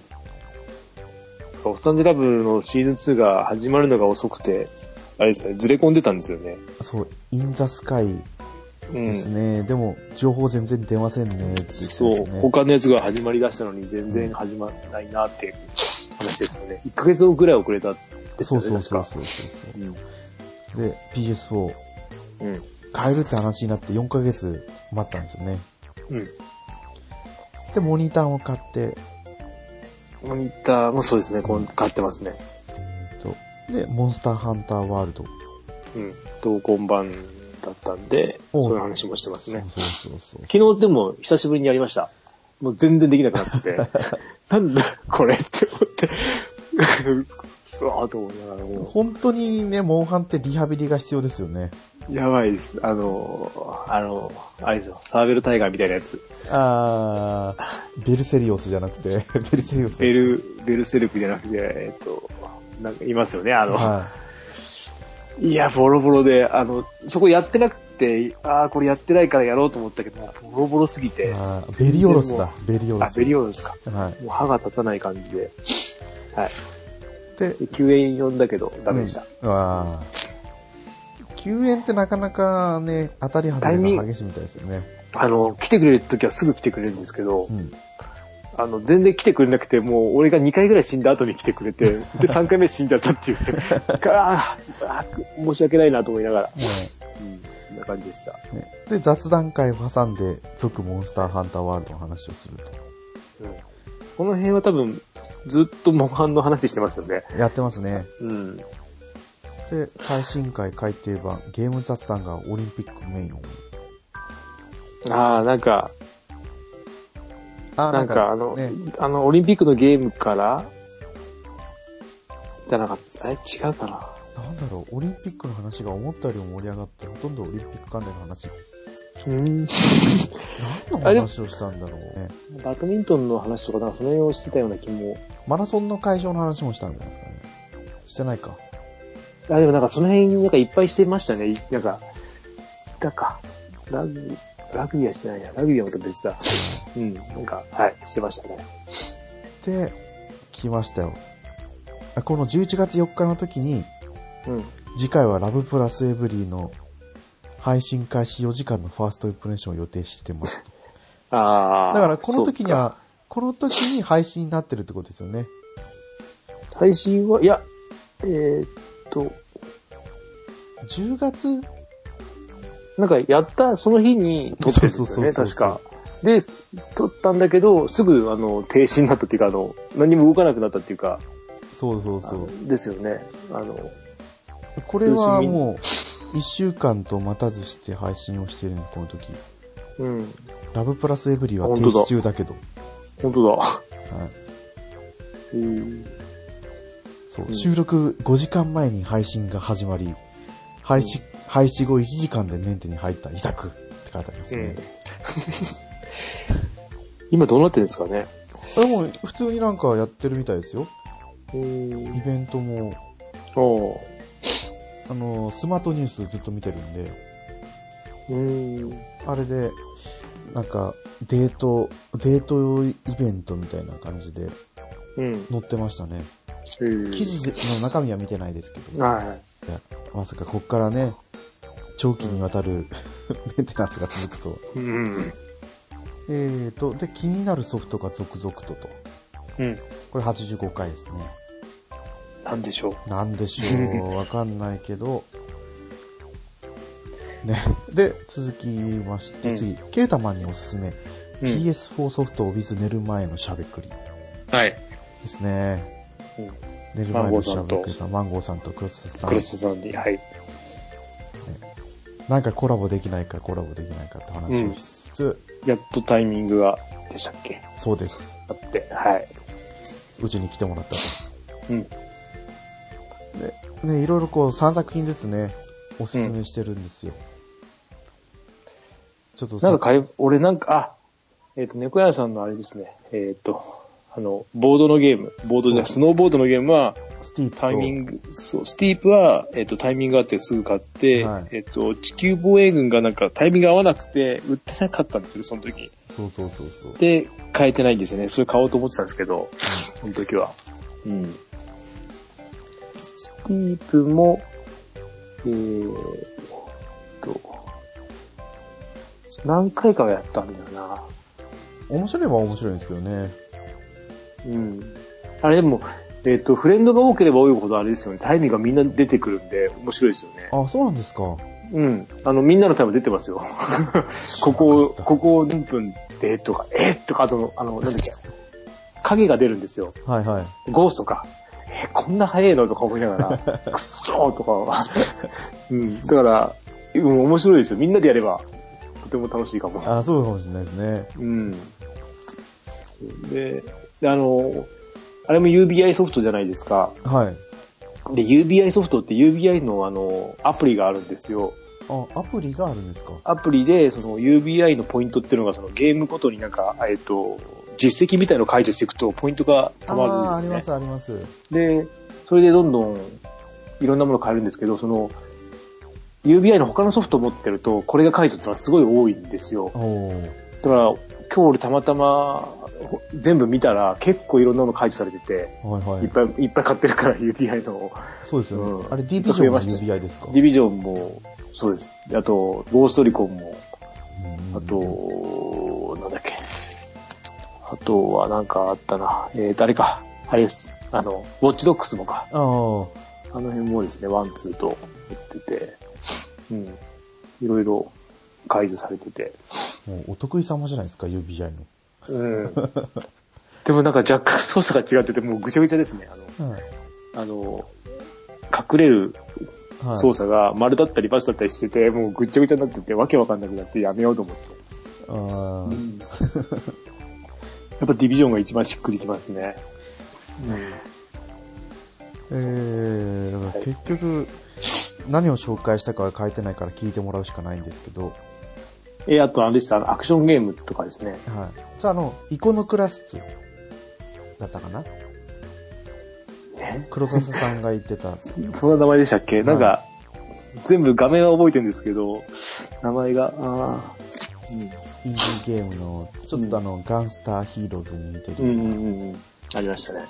B: オッサンズラブのシーズン2が始まるのが遅くて、あれですね、ずれ込んでたんですよね。
A: そう、インザスカイ
B: う
A: で
B: ん。
A: すね。でも、情報全然出ませんねって言ってますね。
B: そう、他のやつが始まり出したのに全然始まらないなっていう話ですよね。1ヶ月ぐらい遅れたです
A: そ
B: よ
A: うそ
B: ね、
A: うそう
B: 確
A: そ
B: か。
A: うそう
B: う
A: そう。で、PS4
B: ん。うん。
A: 買えるって話になって4ヶ月待ったんですよね。
B: うん。
A: で、モニターを買って、
B: モニターもそうですね、こう買ってますね。
A: えっと、で、モンスターハンターワールド。
B: うん。同梱版だったんで、
A: おう
B: そういう話もしてますね。
A: そうそうそうそう。
B: 昨日でも久しぶりにやりました。もう全然できなくなってて、
A: (laughs)
B: なんだこれって思って、うわーと思いながらも
A: 本当にね、モンハンってリハビリが必要ですよね。
B: う、やばいです。あの、あの、あれですよ、サーベルタイガーみたいなやつ。
A: あー、ベルセリオスじゃなくて、ベルセリオス。
B: ベル、ベルセルクじゃなくて、えっと、なんかいますよね、あの、
A: はい
B: や、ボロボロで、あの、そこやってなくて、ああ、これやってないからやろうと思ったけど、もうボロボロすぎ
A: い。
B: て、
A: あーベリオロスだ、ベリオロ
B: あ、
A: ス。
B: ベリオですか。
A: はい。
B: もう歯が立たない感じで、はい。
A: って、
B: 救援呼んだけど、ダメでした。
A: うん。わあ。救援ってなかなかね、当たり外
B: タイ
A: れ
B: ミン
A: が
B: グ
A: 激しいみたいですよね。
B: あの、来てくれる時はすぐ来てくれるんですけど、
A: うん。
B: あの、全然来てくれなくて、もう俺が2回ぐらい死んだ後に来てくれて、 (laughs) で、3回目死んじゃったっていう、あーあー、申し訳ないなと思いながら、
A: ね
B: うん、そんな感じでした。
A: ねで、雑談会を挟んで、続モンスターハンターワールドの話をする
B: うん、この辺は多分、ずっとモンハンの話してますよね。
A: と。やってますね。
B: うん。
A: で、最新回改訂版、ゲーム雑談がオリンピックメインを。
B: ああ、なんか、
A: あ
B: なんかあの、
A: ね、
B: あの、オリンピックのゲームから、じゃなかった、え、違うかな。
A: なんだろう、オリンピックの話が思ったよりも盛り上がって、ほとんどオリンピック関連の話。
B: うん。
A: 何の話をしたんだろう、ね。
B: バドミントンの話とか、なんかその辺をしてたような気も。
A: マラソンの会場の話もしたんじゃないですかね。してないか。
B: あ、でもなんかその辺、なんかいっぱいしてましたね。いなんか、したか。ラグ、ラグビーはしてないや。ラグビーはまた別だ。うん。なんか、はい、してましたね。
A: で、来ましたよ。あこの11月4日の時に、
B: うん。
A: 次回はラブプラスエブリーの配信開始4時間のファーストインプレッションを予定してます。
B: あ
A: だ
B: あ。
A: からこの時に
B: そう
A: は、この時に配信になってるってことですよね。
B: か。配信は、いや、えーっと、
A: 10月
B: なんかやった、その日に撮ってるんですよね、
A: そうそうそう
B: 確
A: そう
B: か。で、撮ったんだけど、すぐ、あの、停止になったっていうか、あの、何も動かなくなったっていうか、
A: そうそう
B: あ
A: そ
B: の
A: う。
B: ですよね。あの、
A: これはもう、1週間と待たずして配信をしてるの、この時。
B: うん、
A: ラブプラスエブリーは
B: あ
A: 停
B: 本当だ
A: 止中だけど。
B: 本当だ。
A: はい。
B: うん
A: そう、
B: うん
A: 収録5時間前に配信が始まり、配信、配信後1時間でメンテに入った遺作って書いてありますね。
B: (laughs) 今どうなってるんですかね。
A: でも、普通になんかやってるみたいですよ。イベントも、
B: おう
A: あの、スマートニュースずっと見てるんで、
B: うん。
A: あれで、なんか、デート、デート用イベントみたいな感じで
B: うん。
A: 載ってましたね。
B: うん
A: 記事の中身は見てないですけど、
B: はい
A: やまさかこっからね、長期にわたる (laughs) メンテナンスが続くとは。
B: い。うん。
A: えーと、で、気になるソフトが続々とと。
B: うん。
A: これ85回ですね。
B: なんでしょ
A: なんでしょ (laughs) う、わかんないけど。ね。で、続きまして、
B: うん
A: 次、ケータマンにおすすめ、
B: う。
A: PS4 ソフトを with 寝る前のしゃべくりで
B: はい。
A: すね。
B: うん
A: 寝る前のしゃべくりさん、マンゴーさんとクロスさ
B: ク
A: ん
B: リ。スさんに、はい。
A: なんかコラボできないか、コラボできないかって話をしつつ、
B: やっとタイミングが、でしたっけ
A: そうです。
B: あって、はい。
A: うちに来てもらった
B: うん。
A: と。ね、いろいろこう3作品ずつね、おすすめしてるんですよ。ちょっとさ
B: なんかかい、俺なんか、あ、えっ、と、猫屋さんのあれですね。えっ、と、あの、ボードのゲーム、ボードじゃないスノーボードのゲームは、
A: スティープと
B: タイミング、そう、スティープは、えっ、と、タイミングがあってすぐ買って、
A: はい
B: えっ、と、地球防衛軍がなんかタイミング合わなくて、売ってなかったんですよ、その時。
A: そうそうそうそう。
B: で、買えてないんですよね。それ買おうと思ってたんですけど、その時は。うん。スティープも、えーっと、何回かはやったんだよな。
A: 面白いは面白いんですけどね。
B: うん。あれでも、えーっと、フレンドが多ければ多いほどあれですよね。タイミングがみんな出てくるんで、面白いですよね。
A: あ、そうなんですか。
B: うん。あの、みんなのタイム出てますよ。ここ、ここ何分でとか、えとか、あとの、あの、なんだっけ、影が出るんですよ。
A: はいはい。
B: ゴーストか。え、こんな早いのとか思いながら、くっそーとか。 (laughs) うん。だから、うん、面白いですよ。みんなでやれば、とても楽しいかも。
A: あ、そうかもしれないですね。
B: うん。で、であの、あれも UBI ソフトじゃないですか。
A: はい。
B: で、UBI ソフトって UBI のあの、アプリがあるんですよ。
A: あ、アプリがあるんですか。
B: アプリで、その UBI のポイントっていうのが、そのゲームごとになんか、えっと、実績みたいのを解除していくと、ポイントが
A: ああ
B: 貯
A: ー、あ
B: まる
A: り
B: ん
A: ま
B: です
A: すあります。
B: ね。で、それでどんどん、いろんなものを変えるんですけど、その、UBI の他のソフトを持ってると、これが解除っていうのはすごい多いんですよ。
A: おー。
B: だから、今日俺たまたまほ全部見たら結構いろんなの解除されてて、
A: はいはい
B: っ
A: い。
B: ぱいいっぱい買ってるから UTI のを。
A: そうですよね。
B: うん
A: あれ、ディビジョン
B: 増え
A: の
B: ました
A: UBI ですか
B: ディビジョンもそうです。あと、ゴーストリコンも、
A: うん
B: あと、なんだっけ。あとはなんかあったな。えー、誰か。あれです。あの、ウォッチドックスもか。
A: ああ、
B: あの辺もですね、ワン、ツーと言ってて、うん。いろいろ解除されてて。
A: もうお得意様じゃないですか、UBI の。 (laughs)
B: うん。でもなんか若干操作が違ってて、もうぐちゃぐちゃですね。
A: はい。
B: あの、あの隠れる
A: はい、
B: 操作が丸だったりバスだったりしてて、もうぐっちゃぐちゃになってて、わけわかんなくなってやめようと思って。
A: ああ、
B: やっぱディビジョンが一番しっくりきますね。
A: えー、だから結局、何を紹介したかは書いてないから聞いてもらうしかないんですけど、
B: え、あとあれでした、あのアクションゲームとかですね。
A: はい。じゃあ、あの、イコノクラスツだったかな
B: ね
A: 黒笹さんが言ってた。
B: そそんな名前でしたっけなんか、全部画面は覚えてるんですけど、名前が、あ
A: インディーゲームの、ちょっとあの、ガンスターヒーローズに似て
B: ーう
A: る。
B: んうんうんうん。ありましたね。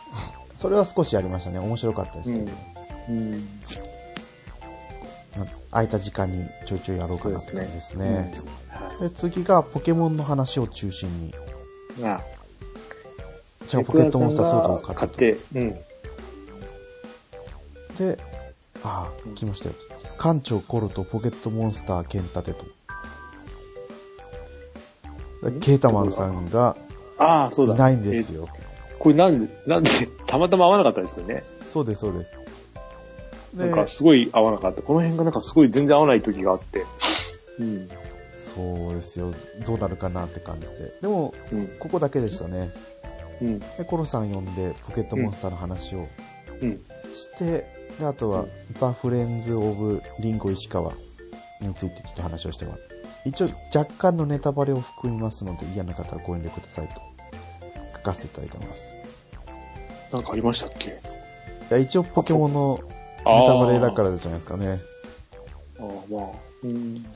A: それは少しありましたね。面白かったですけど。
B: うん。
A: まあ空いた時間にちょいちょいやろうかなって感じですね。
B: は
A: で次がポケモンの話を中心に。
B: い。まあ
A: じゃあポケットモンスターソードを
B: 猫屋さんが
A: 買
B: 買
A: っ。
B: ってて、うん。
A: で、ああ、来ましたよ。館長コロとポケットモンスター剣立てと。でケータマンさんが
B: ああ、そ
A: いう
B: だ。
A: ないんですよ。
B: え。これなんで、なんで、たまたま合わなかったですよね。
A: そうです、そうです。
B: なん
A: で、
B: かすごい合わなかった。この辺がなんかすごい全然合わない時があって。うん。
A: そうですよ。どうなるかなって感じで。でも、
B: うん。
A: ここだけでしたね。
B: うん。
A: で、コロさん呼んで、ポケットモンスターの話を
B: うん。
A: して、で、あとは、
B: うん
A: ザ・フレンズ・オブ・リンゴ・石川についてちょっと話をしてます。一応、若干のネタバレを含みますので、嫌な方はご遠慮くださいと、書かせていただいてます。
B: なんかありましたっけ
A: いや、一応、ポケモンのネ
B: あ
A: タ
B: ー
A: バレだからじゃないですかね。
B: ああ、まあ。うん。
A: で、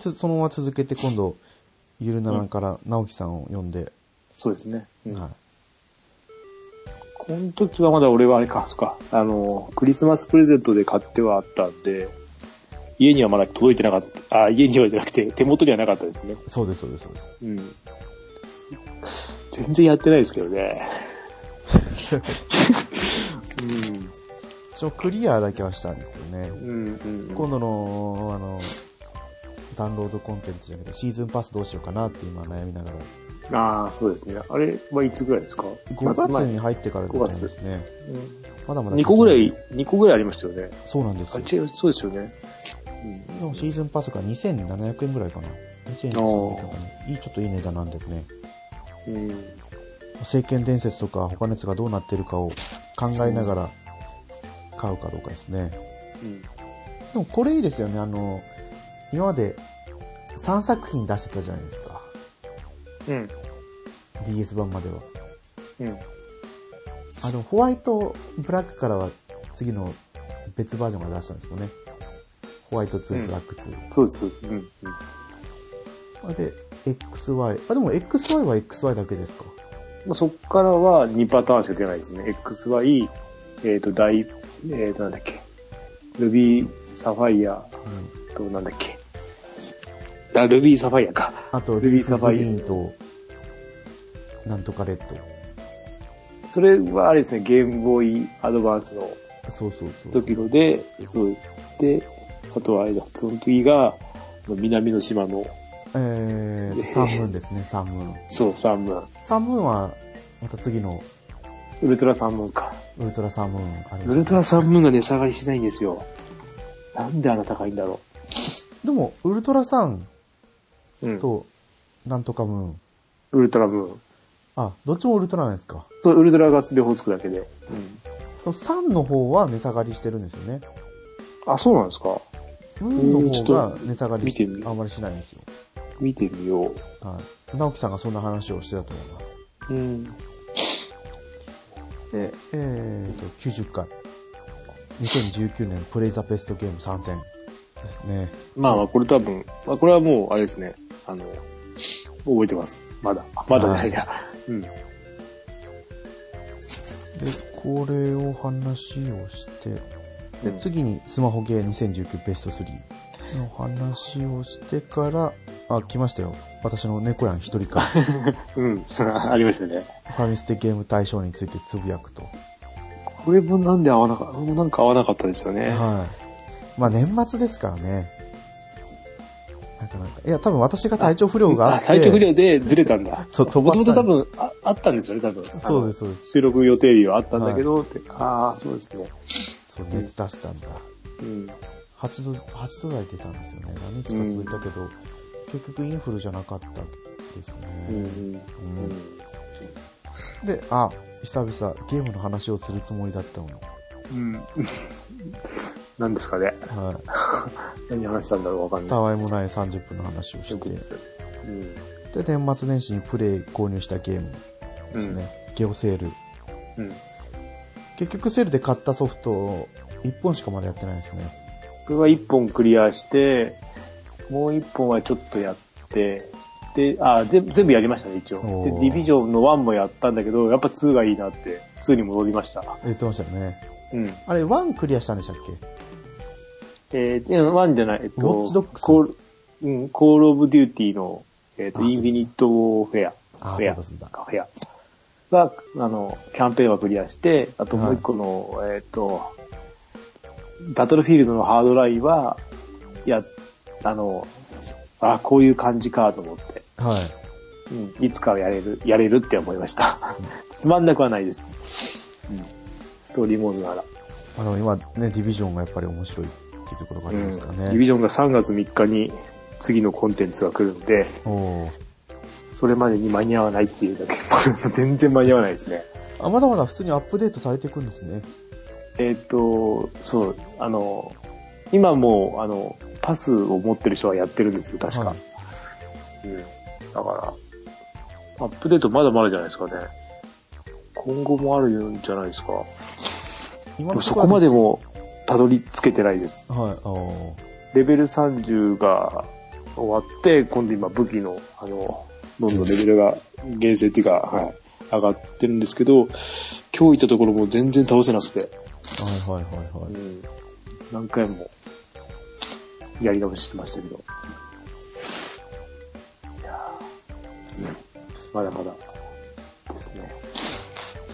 A: つそのまま続けて、今度、ゆるならんから直樹さんを呼んで、
B: そうですね。うん。
A: は
B: この時はまだ俺はあれか、そっか。あの、クリスマスプレゼントで買ってはあったんで、家にはまだ届いてなかった。あ、家にはじゃなくて、手元にはなかったですね。
A: い。そうです、そうです、そうです。
B: うん。全然やってないですけど (laughs) ね。
A: 一応、クリアだけはしたんですけどね。
B: うん。うん、うん。
A: 今度の、あの、ダウンロードコンテンツじゃなくて、シーズンパスどうしようかなって今悩みながら、
B: ああ、そうですね。あれはいつぐらいですか
A: 5
B: 夏前
A: 月に入ってからだったんですね。
B: うん
A: まだまだ。
B: 2個ぐらい、2個ぐらいありましたよね。
A: そうなんです
B: あ、
A: よ。
B: 違う、そうですよね。
A: でもシーズンパスが2700円ぐらいかな。2700円かな。いい、ちょっといい値段なんですね。
B: うん。うん。
A: 聖剣伝説とか他のやつがどうなってるかを考えながら買うかどうかですね。
B: うん
A: でもこれいいですよね。あの、今まで3作品出してたじゃないですか。
B: うん。
A: DS 版までは。
B: うん。
A: あの、ホワイト、ブラックからは次の別バージョンが出したんですよね。ホワイト2、
B: うん
A: ブラック2。
B: そうです、そうです。うん。うん
A: あで、XY。あ、でも XY は XY だけですか。
B: まあ、そこからは2パターンしか出ないですね。XY、えっ、と、大、えっ、と、なんだっけ。Ruby、Sapphire
A: うん。
B: と、なんだっけ。あ、Ruby、Sapphire か。
A: あと、
B: ル
A: リ
B: ビ
A: ー
B: ー
A: サ
B: サ
A: フ
B: フ
A: ァ
B: ァ
A: イ
B: イ
A: リ
B: ア
A: ーンと、なんとかレッ
B: それはあれですね、ゲームボーイアドバンスの
A: ド。そうそうそう。
B: 時ので、そうで、あとはあれだ、その次が、南の島の、
A: えー、サンムーンですね、サンムーン。
B: そう、サンムーン。
A: サンムーンは、また次の
B: ウルトラサンムーンか。
A: ウルトラサンムーンあれ
B: ウルトラサンムーンが値下がりしないんですよ。なんであんな高いんだろ
A: でも、ウルトラサン
B: う。うん。
A: と、なんとかムーン。
B: ウルトラムーン。
A: あ、どっちもウルトラなんですか。
B: そう、ウルトラが両方つくだけで。うん。
A: そうサンの方は値下がりしてるんですよね。
B: あ、そうなんですか
A: ムーンの
B: ちょ
A: 方
B: っと
A: が値下がりし
B: 見てみる
A: あんまりしないんですよ。
B: 見てみよう。
A: はい。直樹さんがそんな話をしてたと思います。
B: うん。
A: で、えーと、90回。2019年プレイザベストゲーム参戦ですね。
B: まあまあ、これ多分、まあ、これはもう、あれですね。あの、覚えてます。まだ。まだないや。うん。
A: これを話をして、
B: う
A: で
B: ん
A: 次にスマホゲー2019ベスト3の話をしてから、あ、来ましたよ。私の猫やん一人
B: (laughs)
A: か、フ
B: うん。 (laughs) ありましたね。
A: ァミステゲーム対象についてつぶやくと。
B: これもなんで合わなかった、なんか合わなかったですよね。
A: はい。まあ年末ですからね。なかなか。いや、多分私が体調不良があ
B: あ
A: って。
B: 体調不良でずれたんだ。
A: そう、飛
B: も
A: ば
B: と
A: した
B: もと
A: ん
B: 多分ああったんですよね、多分。
A: そうです、
B: す。
A: そうです。
B: 収録予定日はあったんだけど、ってああ、そうですね。
A: そう、熱出したんだ。
B: うん。
A: 8度、8度台出たんですよね。何日か続いたけど、結局インフルじゃなかったですね。
B: うん。
A: で、あ、久々ゲームの話をするつもりだったのに。
B: うん。何ですかね。
A: は
B: 何話したんだろうわかん
A: い。
B: ない。
A: たわいもない30分の話をして。
B: うん。
A: で、年末年始にプレイ購入したゲーム
B: う
A: です
B: ん
A: ね。ゲオセール。
B: うん。
A: 結局セールで買ったソフトを1本しかまだやってないですね。
B: 僕は1本クリアして、もう1本はちょっとやって、で、あ、ぜ全部やりましたね、一応。
A: お
B: で、
A: ー
B: ディビジョンの1もやったんだけど、やっぱ2がいいなって、2に戻りました。
A: 言ってましたよね。
B: うん。
A: あれ、1クリアしたんでしたっけ
B: えー、で1じゃない、えっと、
A: ウォッチドッグス
B: コール、うん、コールオブデューティーの、えっ、
A: あ
B: と、インフィニットフェア。
A: あ
B: フェ
A: ー、
B: ア
A: そうだそうだ。
B: か、フェア。は、あの、キャンペーンはクリアして、あともう一個の、えっ、と、バトルフィールドのハードラインは、や、あの、あ、こういう感じかと思って、
A: はい。
B: うん、いつかはやれる、やれるって思いました。 (laughs) つまんなくはないです。うん、ストーリーモードなら。
A: あの、今ね、ディビジョンがやっぱり面白いっていうところがあ
B: う
A: りま
B: ん、
A: す
B: デ
A: か
B: ィビ
A: ね。
B: ジョンが3月3日に次のコンテンツが来るので、
A: おー
B: それまでに間に合わないっていうだけ、 (laughs) 全然間に合わないですね。
A: あ、まだまだ普通にアップデートされていくんですね。
B: えーっ、と、そう、あの、今もう、あの、パスを持ってる人はやってるんですよ、確か。
A: はい
B: うん。だから、アップデートまだまだじゃないですかね。今後もあるんじゃないですか。
A: 今
B: そこまで
A: も。
B: も、たどり着けてないです。
A: はい、おー
B: レベル30が終わって、今度今武器の、あの、どんどんレベルが、厳正っていうか、はい、上がってるんですけど、今日行ったところも全然倒せなくて。
A: はいはいはいは
B: う
A: い。
B: ん何回もやり直してましたけど。いやーうんまだまだですね。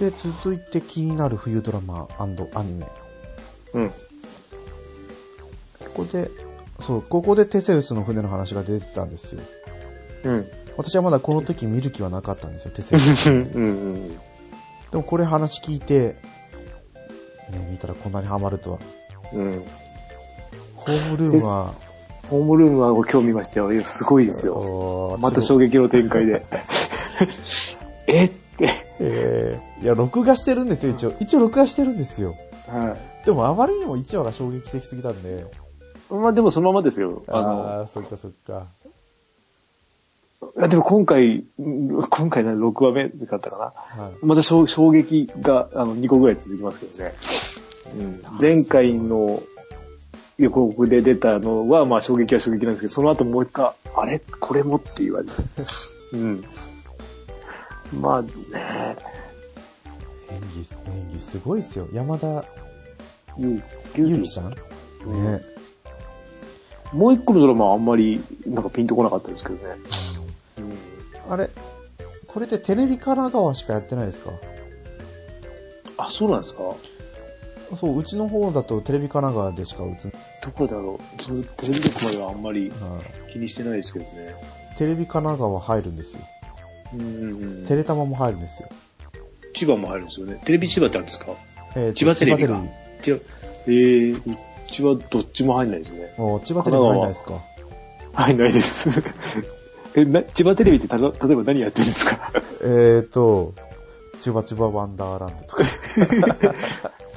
A: で、続いて気になる冬ドラマアニメ。
B: うん。
A: ここで、そう、ここでテセウスの船の話が出てたんですよ。
B: うん。
A: 私はまだこの時見る気はなかったんですよ、テセウス。
B: (laughs) うんうん。
A: でもこれ話聞いて、ね、見たらこんなにハマるとは。
B: うん。
A: ホームルームは、
B: ホームルームは今日見ましたよ。いやすごいですよ。
A: おー
B: また衝撃の展開で。 (laughs) えって。
A: えーいや、録画してるんですよ、一応。一応録画してるんですよ。
B: はい。
A: でもあまりにも1話が衝撃的すぎたんで。
B: まあでもそのままですよ。あの、
A: ああー、そっかそっか。
B: いやでも今回、うん今回な6話目だったかな。
A: はい。
B: また衝衝撃があの2個ぐらい続きますけどね。前回の予告で出たのは、まあ衝撃は衝撃なんですけど、その後もう一回、あれこれもって言われて。 (laughs) うん。まあね、
A: 演技、演技すごいですよ。山田
B: ゆ
A: ゆうきさんね。
B: うんもう一個のドラマはあんまり、なんかピンとこなかったですけどね。うん
A: あれ、これってテレビ神奈川しかやってないですか
B: あ、そうなんですか
A: そう、うちの方だとテレビ神奈川でしか映ん
B: どこだろうそのテレビ局まではあんまり
A: は
B: 気にしてないですけどね。
A: いテレビ神奈川入るんですよ。
B: うんうんう
A: テ
B: ん。
A: レタマも入るんですよ。
B: 千葉も入るんですよね。テレビ千葉ってあるんですか
A: えー
B: 千葉テレビ
A: 千
B: が
A: 葉テレビ
B: 違う。えー、うちはどっちも入んないですね。
A: お千葉テレビ入んないですか
B: 入んないです。 (laughs) え、な、千葉テレビってたの例えば何やってるんですか
A: えーと、千葉千葉ワンダーランドとか。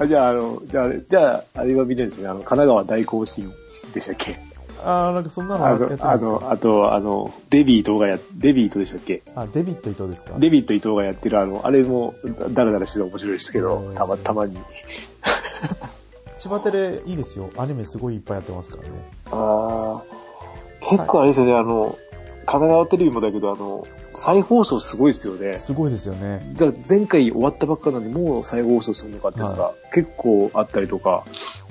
A: (laughs)
B: (laughs) あじゃあ、あの、じゃああれ、じゃあ、あれは見てるんですね。あの、神奈川大行進でしたっけ
A: あー、なんかそんなの
B: あ
A: やって
B: の、
A: ま
B: あ
A: すか
B: の、あと、あの、デビー動画や、デビーとでしたっけ
A: あ、デビット伊藤ですか
B: デビーと伊藤がやってるあの、あれも、だだらだらしてて面白いですけ
A: う
B: ど
A: ん、
B: たま、たまに。
A: 千葉テレいいですよ。アニメすごいいっぱいやってますからね。
B: ああ、結構あれですよね、あの、神奈川テレビもだけど、あの、再放送すごいですよね。
A: すごいですよね。
B: じゃあ前回終わったばっかなのに、もう再放送するのかってやつが結構あったりとか、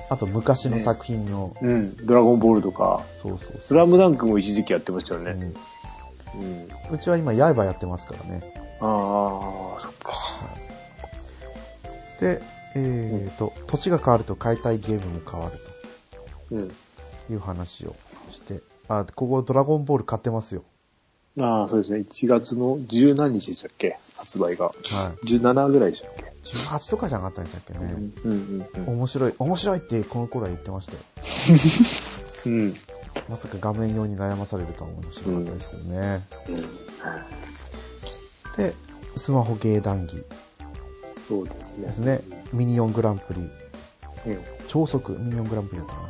A: あと昔の作品の、
B: うん、ドラゴンボールとか、
A: そうそう
B: スラムダンクも一時期やってましたよ
A: そう、
B: ね。うん。
A: うんうちは今、刃やってますからね。
B: ああ、そっか。
A: で、えっ、と、土地が変わると解体ゲームも変わる
B: うん。
A: という話をして、あ、ここドラゴンボール買ってますよ。
B: ああ、そうですね。1月の十何日でしたっけ発売が。
A: は
B: 17ぐらいでしたっけ
A: い。18とかじゃなかったんでしたっけ
B: う
A: ね。
B: んうんうん
A: 面白い、面白いってこの頃は言ってましたよ。
B: うん。うん。
A: まさか画面用に悩まされるとは面白かったですけどね。で、スマホゲー談義
B: そうですね。
A: ですね。ミニオングランプリ。
B: うん。
A: 超速ミニオングランプリだったかな。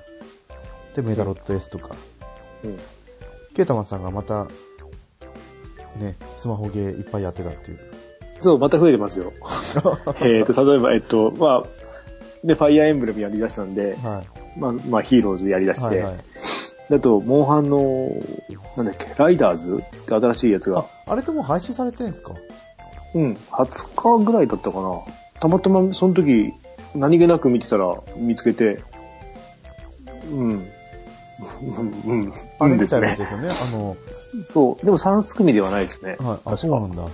A: で、メダロット S とか。
B: うん。
A: ケータマンさんがまた、ね、スマホゲーいっぱいやってたっていう。
B: そう、また増えてま
A: (laughs)
B: すよ。えっと、例えば、えっと、まあ、で、ファイアーエンブレムやり出したんで、
A: はい。
B: まあ、まあ、ヒーローズやり出して、
A: はいはい。
B: だと、モンハンの、なんだっけ、ライダーズって新しいやつが
A: あ、、あれともう配信されてるんですか
B: うん、20日ぐらいだったかな。たまたま、その時、何気なく見てたら、見つけて、
A: (laughs)
B: うん、 (laughs) うん、うん、
A: あれ
B: うんで
A: みた
B: す
A: いなやつ
B: ね
A: で。すよね。あの、
B: そう、でも3組ではないですね。
A: はい。あ、そうなんだ。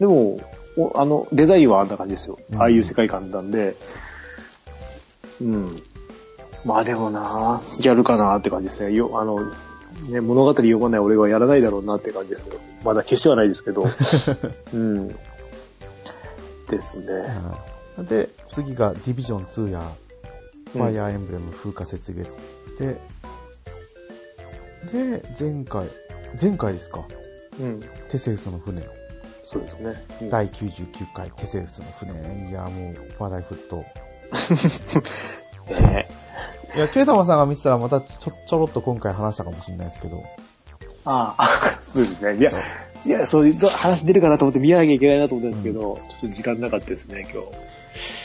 B: でも、おあの、デザインはあんな感じですよ
A: う。ん
B: ああいう世界観なんで。うん。まあでもなやるかなって感じですね。よ、あの、ね、物語読まない俺はやらないだろうなって感じですけど。まだ決してはないです
A: (laughs)
B: けど。うん。ですね。
A: はいで、次がディビジョン2や、ファイアーエンブレム風化雪月。で、で、前回、前回ですか。
B: うん。
A: テセウスの船。
B: そうですね。うん
A: 第99回テセウスの船。いや、もう話題沸騰。
B: ね
A: いや、ケイタマさんが見てたらまたちょ、ちょろっと今回話したかもしれないですけど。
B: ああ、 (laughs) そうですね。いや、いや、そういう話出るかなと思って見なきゃいけないなと思ったんですけど、ちょっと時間なかったですね、今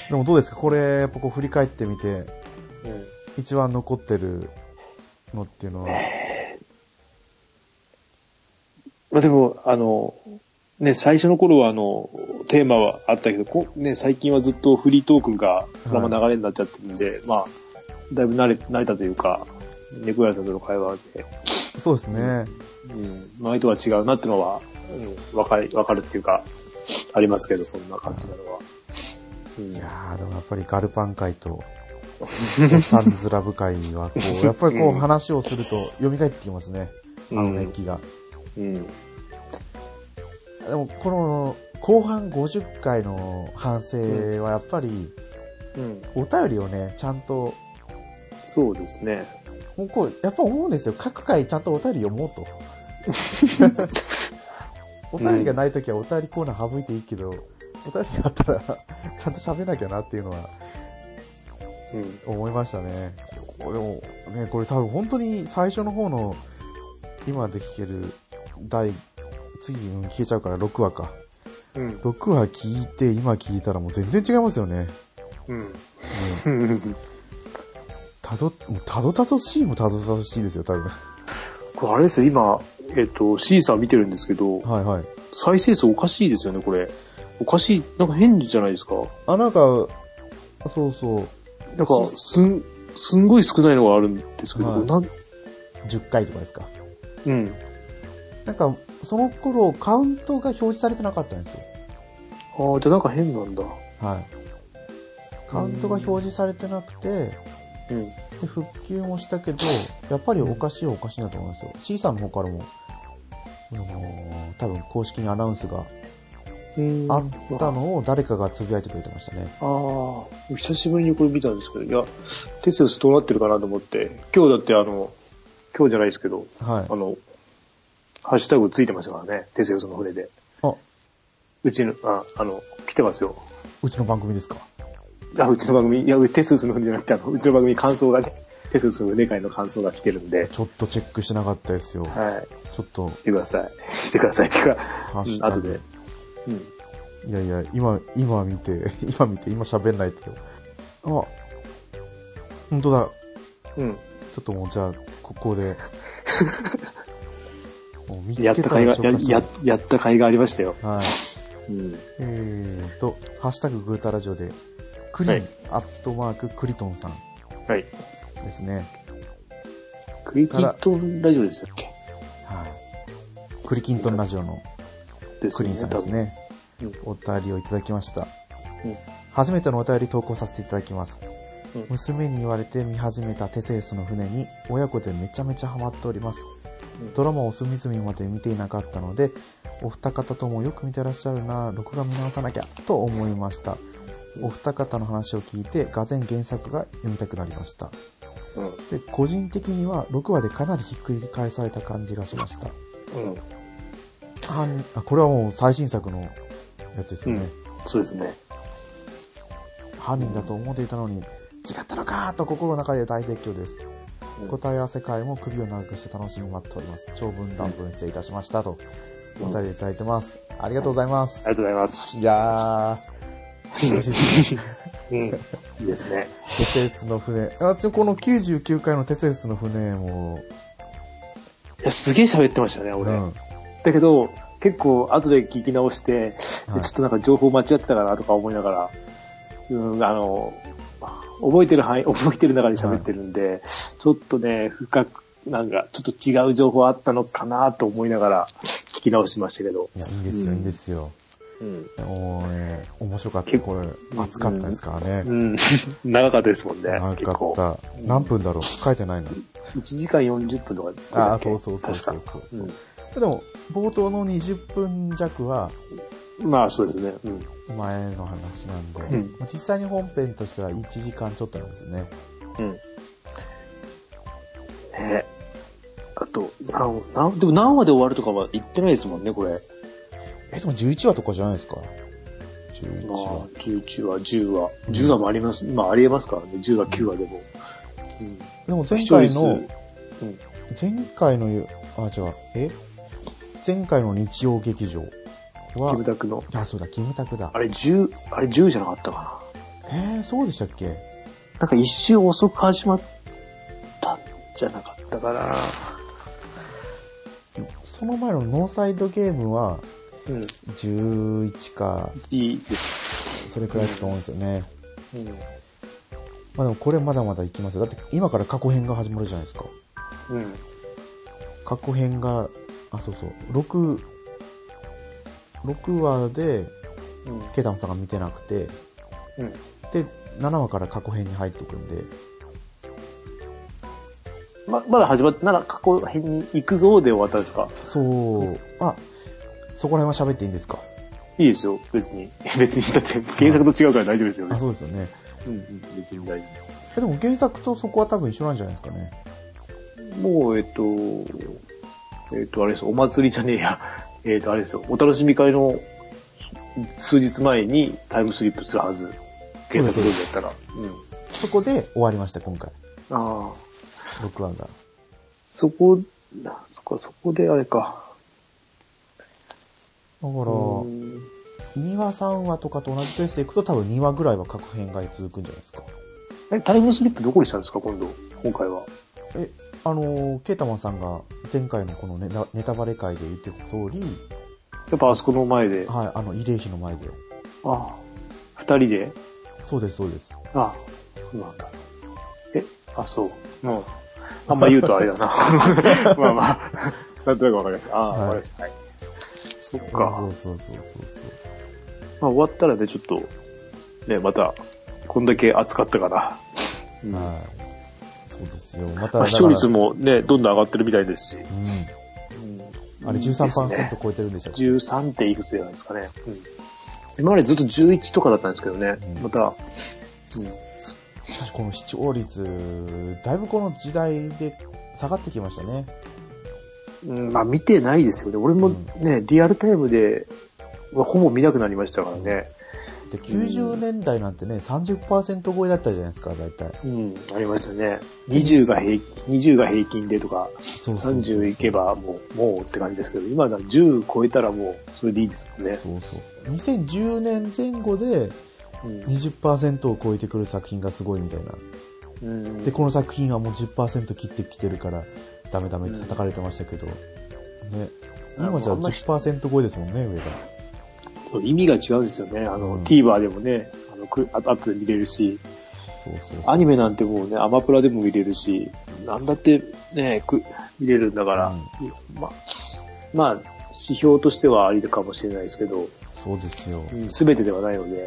A: でもどうですかこれ、やっぱこう振り返ってみて、
B: 日。うん
A: 一番残ってるのっていうのは、
B: まあでも、あの、ね、最初の頃はあの、テーマはあったけど、こね、最近はずっとフリートークがそのまま流れになっちゃってるんで、まあ、だいぶ慣れ、慣れたというか、猫屋さんとの会話で、
A: そうですね。
B: うん、前とは違うなってのは、うん、わかる、わかるっていうか、ありますけど、そんな感じなのは。うん
A: いやー、でもやっぱりガルパン会と、サンズラブ会は、こう、やっぱりこ
B: う
A: うん話をすると蘇ってきますね。あの熱気が。
B: うん。
A: でも、この、後半50回の反省はやっぱり、
B: うん。
A: お便りをね、ちゃんと、
B: そうですね。
A: もうこう、やっぱ思うんですよ。各回ちゃんとお便り読もうと。お便りがないときはお便りコーナー省いていいけど、お便りがあったら、 (laughs) ちゃんと喋らなきゃなっていうのは
B: うん。
A: 思いましたね。でも、ね、これ多分本当に最初の方の、今で聞ける第、次、うん消えちゃうから6話か。
B: うん。
A: 6話聞いて、今聞いたらもう全然違いますよね。
B: うん。
A: うん、
B: うん
A: たど、もうたどたどしいもたどたどしいですよ、多分。
B: (laughs) これあれですよ、今、えっ、と、シーサー見てるんですけど、
A: はいはい。
B: 再生数おかしいですよね、これ。おかしい、なんか変じゃないですか。
A: あ、なんか、そうそう。
B: なんか、すん、すんごい少ないのがあるんですけど、
A: はい
B: なん、
A: 10回とかですか。
B: うん。
A: なんか、その頃、カウントが表示されてなかったんですよ。
B: ああ、じゃあなんか変なんだ。
A: はい。カウントが表示されてなくて、
B: うん。
A: で復旧もしたけど、やっぱりおかしいはおかしいなと思いますよ。C さんの方からも、あのー多分公式にアナウンスが
B: うん
A: あったのを誰かがつぶやいてくれてましたね。
B: ああ、久しぶりにこれ見たんですけど、いや、テセウスどうなってるかなと思って、今日だってあの、今日じゃないですけど、
A: はい
B: あ。の、ハッシュタグついてましたからね、テセウスの船で。
A: あ、
B: うちの、あ、あの、来てますよ。
A: うちの番組ですか。
B: あ、うちの番組、いや、テセウスの船じゃなくて、あの、うちの番組感想がね、テセウスの船会の感想が来てるんで、
A: ちょっとチェックしてなかったですよ。
B: はい。
A: ちょっと、
B: してください。してくださいっていうか、
A: ハッシ
B: う
A: ュ
B: ん、
A: タグ
B: 後で。うん。
A: いやいや、今、今見て、 (laughs) 今見て、今喋んないけど。あ、本当だ。
B: うん。 (laughs)
A: ちょっともうじゃあ、ここで。お見つ
B: やっ
A: け
B: た
A: た
B: 甲斐
A: ら
B: が、
A: 紹
B: や
A: 介しよ
B: や
A: う
B: やった甲斐がありましたよ。
A: はい。
B: うん。
A: えーと、ハッシュタググータラジオで、クリン、
B: はい
A: アットマーククリトンさん
B: はい。
A: ですね。
B: クリキットンラジオでしたっけ
A: はい。クリキントンラジオの
B: です
A: ク
B: よ
A: リンさんですね。
B: 多分
A: お便りをいただきました。
B: うん
A: 初めてのお便り投稿させていただきます。
B: うん
A: 娘に言われて見始めたテセウスの船に親子でめちゃめちゃハマっております。
B: うん
A: ドラマを隅々まで見ていなかったので、お二方ともよく見てらっしゃるな、録画見直さなきゃ、と思いました。お二方の話を聞いて、がぜん原作が読みたくなりました。
B: うん。
A: で個人的には6話でかなりひっくり返された感じがしました。
B: うん。うん。
A: 犯あこれはもう最新作のやつですよね。
B: そうですね。
A: 犯人だと思っていたのに、違ったのかと心の中で大絶叫です。
B: うん
A: 答え合わせ会も首を長くして楽しみに待っております。長文乱文失礼いたしましたと、お便りいただいてます。ありがとうございます
B: あ。りがとうございます。
A: いやー、嬉しいですね。
B: うん。いいですね。
A: テセウスの船。私この99回のテセウスの船も、
B: いや、すげえ喋ってましたね、俺。
A: うん
B: だけど、結構後で聞き直して、
A: はい
B: ちょっとなんか情報間違ってたかなとか思いながら、うん、あの、覚えてる範囲、 (laughs) 覚えてる中で喋ってるんで、ちょっとね、深く、なんか、ちょっと違う情報あったのかなと思いながら聞き直しましたけど。
A: いや、いいですよ、いいですよ。
B: うん。
A: もうね、面白かった。
B: 結
A: これ、熱かったですから
B: う
A: ね。
B: ん。 (laughs) 長かったですもんね。
A: 長
B: 結構。
A: かった。何分だろう書いてないの。
B: 1時間40分とかでしたっけ。
A: ああ、そうそうそうそう
B: 確か。
A: そうう。でも、冒頭の20分弱は、
B: ん。まあ、そうですね。うん。
A: 前の話なんで、
B: うん
A: 実際に本編としては1時間ちょっとなんですね。
B: うん。ねえ。あと、何、何、でも何話で終わるとかは言ってないですもんね、これ。
A: え、でも11話とかじゃないですか ?11
B: まあ
A: 話。、
B: 11話、10話。
A: うん
B: 10話もあります。まあ、ありえますからね。10話、9話でも。うん。
A: でも前回の
B: 視、聴率、
A: 前回のゆ、あ、違う、え前回の日曜劇場
B: うん。キ
A: は
B: ム、タクの。
A: あ、そうだ、キムタクだ
B: あ。れ、10、あれ10じゃなかったか
A: えー、そうでしたっけ
B: な。なんか一周遅く始まったんじゃなかったかな。
A: その前のノーサイドゲームは、
B: うん。
A: 11か、
B: いいです。
A: それくらいだと思うんですよね。
B: う
A: まあでもこれまだまだいきますよ。だって今から過去編が始まるじゃないですか。
B: ん。うん。
A: 過去編が、あ、そうそう、6、6話で、
B: うん。
A: ケダンさんが見てなくて、
B: うん。
A: で、7話から過去編に入っていくんで、
B: ま、まだ始まって、なら過去編に行くぞで終わったんですか
A: そう、あ、そこら辺は喋っていいんですか
B: いいですよ、別に。 (laughs) 別に、だって原作と違うから大丈夫ですよ
A: あ、
B: ね。
A: そうですよね。
B: うんうん、別に大丈
A: えでも原作とそこは多分一緒なんじゃないですかね。
B: 夫。もう、えっと、えっと、あれですよ、お祭りじゃねえや。 (laughs) えっと、あれですよ、お楽しみ会の数日前にタイムスリップするはず。原作通りだったら。うん。
A: そこで終わりました、今回。
B: ああ、
A: 6話が。
B: そこ、そっか、そこであれか。
A: だから、
B: うん
A: 2話3話とかと同じペースでいくと多分2話ぐらいは各編が続くんじゃないですか。
B: え、タイムスリップどこにしたんですか、今度、今回は。
A: え、あのーケータマンさんが前回のこのネタネタバレ会で言ってた通り、
B: やっぱあそこの前で。あ
A: はい、あの、慰霊碑の前で。
B: あ、二人で
A: そうです、そうです。
B: あ、そうなんだ。え、あ、そう。うん。あんま言うとあれだな。 (laughs) まあまあ、なんとなくわかりました。ああ、
A: はい
B: わ、かりました。はい。そっか。
A: そ
B: ま
A: うそうそうそう
B: あ終わったらね、ちょっと、ね、また、こんだけ暑かったから。う
A: そ
B: ん
A: う。
B: ま
A: はい。そうですよ。また、
B: あ、視聴率
A: も。
B: もね、どんどん上がってるみたいですし。
A: うん。
B: うん
A: あれ13%超えてるんでしたっけ、
B: 13点いくつじゃないですかね。うん、今までずっと11とかだったんですけどね。
A: うん
B: また、うん、
A: しかしこの視聴率、だいぶこの時代で下がってきましたね。
B: うん、まあ見てないですよね。俺もね、リアルタイムで、まあ、ほぼ見なくなりましたからね。
A: で、90年代なんてね、30%超えだったじゃないですか、大体。
B: うん、ありましたね。20が平均、20が平均でとか、
A: そうそうそう
B: 30いけばもう、もうって感じですけど、今だ10超えたらもう、それでいいですもんね。
A: そうそう。2010年前後で
B: うん
A: 20%を超えてくる作品がすごいみたいな。
B: うん
A: で、この作品はもう10%切ってきてるから、ダメダメって叩かれてましたけど、ね。今じゃ
B: あんまり
A: 10%超えですもんね、上が。
B: そう意味が違うんですよね。あの、
A: うん
B: TVer でもね、あの、くあ後で見れるし、
A: そうそう。
B: アニメなんてもうね、アマプラでも見れるし、なんだってね、く見れるんだから、まあ、まあ、指標としてはありかもしれないですけど、
A: そうですよ。
B: すべてではないので、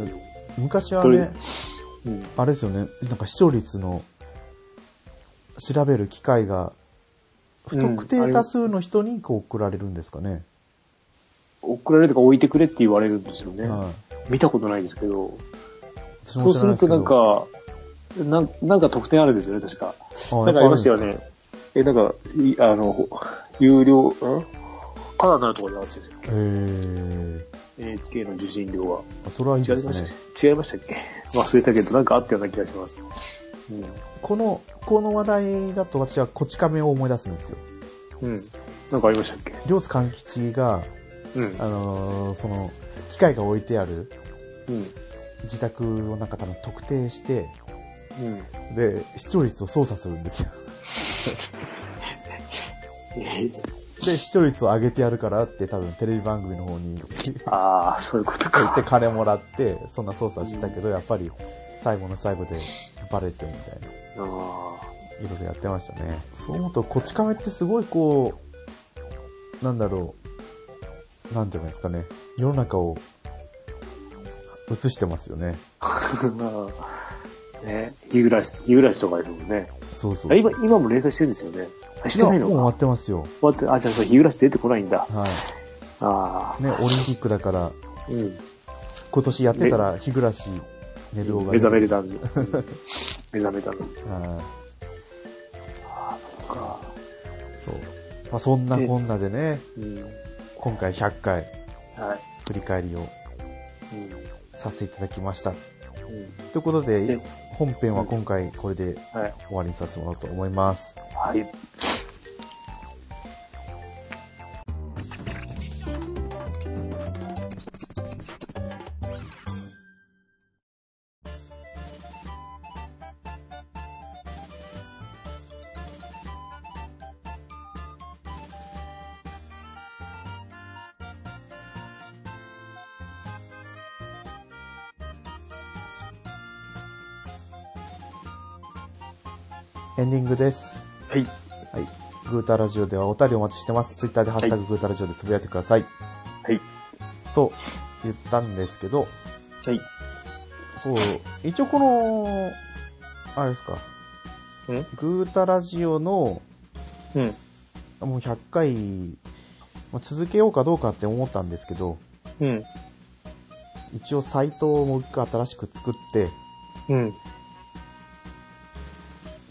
A: うん。昔は
B: ど
A: ね
B: れ、うん
A: あれですよね、なんか視聴率の調べる機会が、不特定多数の人にこう送られるんですかね。
B: 送られるとか置いてくれって言われるんですよね。
A: はい。
B: 見たことないですけど、
A: 私
B: そ
A: も
B: う
A: 知
B: す
A: らい
B: る
A: ですけ
B: と
A: ど
B: なん、か、なんなんか特典あるんですよね、確か。なんかありましたよ
A: ね。
B: ね。え、なんか、いあの、ほ有料、んただになるところじゃなかったです
A: へ
B: よ。
A: ー
B: NHK の受信料は。
A: あそれはいい
B: 違
A: で
B: いまし
A: す
B: た
A: ね
B: っ。け違いましたっけ (laughs) 忘れたけど、なんかあったような気がします。う
A: この、この話題だと私はこち亀を思い出すんですよ。
B: ん。うん。なんかありましたっけ
A: 両津勘吉が、
B: うん
A: あ。のーその、機械が置いてある
B: うん。
A: 自宅をなんか多分特定して、
B: うん。
A: で、視聴率を操作するんですよ。 (laughs)
B: え
A: で、視聴率を上げてやるからって多分テレビ番組の方に
B: ああ、そういうこと
A: 言 (laughs) って
B: か。
A: 金もらって、そんな操作してたけど、やっぱり最後の最後でバレてみたいな。
B: ああ。
A: いろいろやってましたね。そう思うと、こち亀ってすごいこう、なんだろう、なんて言うんですかね、世の中を映してますよね。
B: ね、日暮らし、日暮らしとかですもんね。
A: そうそう。
B: あ今、今も連載してるんですよね。あ、して
A: いや
B: ない
A: もう
B: の
A: 終わ
B: か
A: ってますよ。
B: 終わって、あ、じゃあそう、日暮らし出てこないんだ。
A: は
B: あ
A: い。ね、オリンピックだから、
B: あ、うん。
A: 今年やってたら日暮らし、寝るおが
B: (laughs) 目覚めれたんで。うん目覚めたんだ
A: はい。
B: そっか。
A: そう。まあ、そんなこんなでね、
B: うん。
A: 今回100回
B: はい。
A: 振り返りを
B: うん。
A: させていただきました。
B: うん。
A: ということ
B: で
A: で、本編は今回これで
B: はい。
A: 終わりにさせてもらおうと思います。
B: はい。
A: エンディングです。
B: はい。
A: はい。グータラジオではお便りお待ちしてます。ツイッターでハッシュタググータラジオでつぶやいてください。
B: はい。
A: と言ったんですけど、
B: はい。
A: そう、一応この、あれですか、
B: うん
A: グータラジオの
B: うん。
A: もう100回、まあ続けようかどうかって思ったんですけど、
B: うん。
A: 一応サイトをもう一回新しく作って、
B: うん。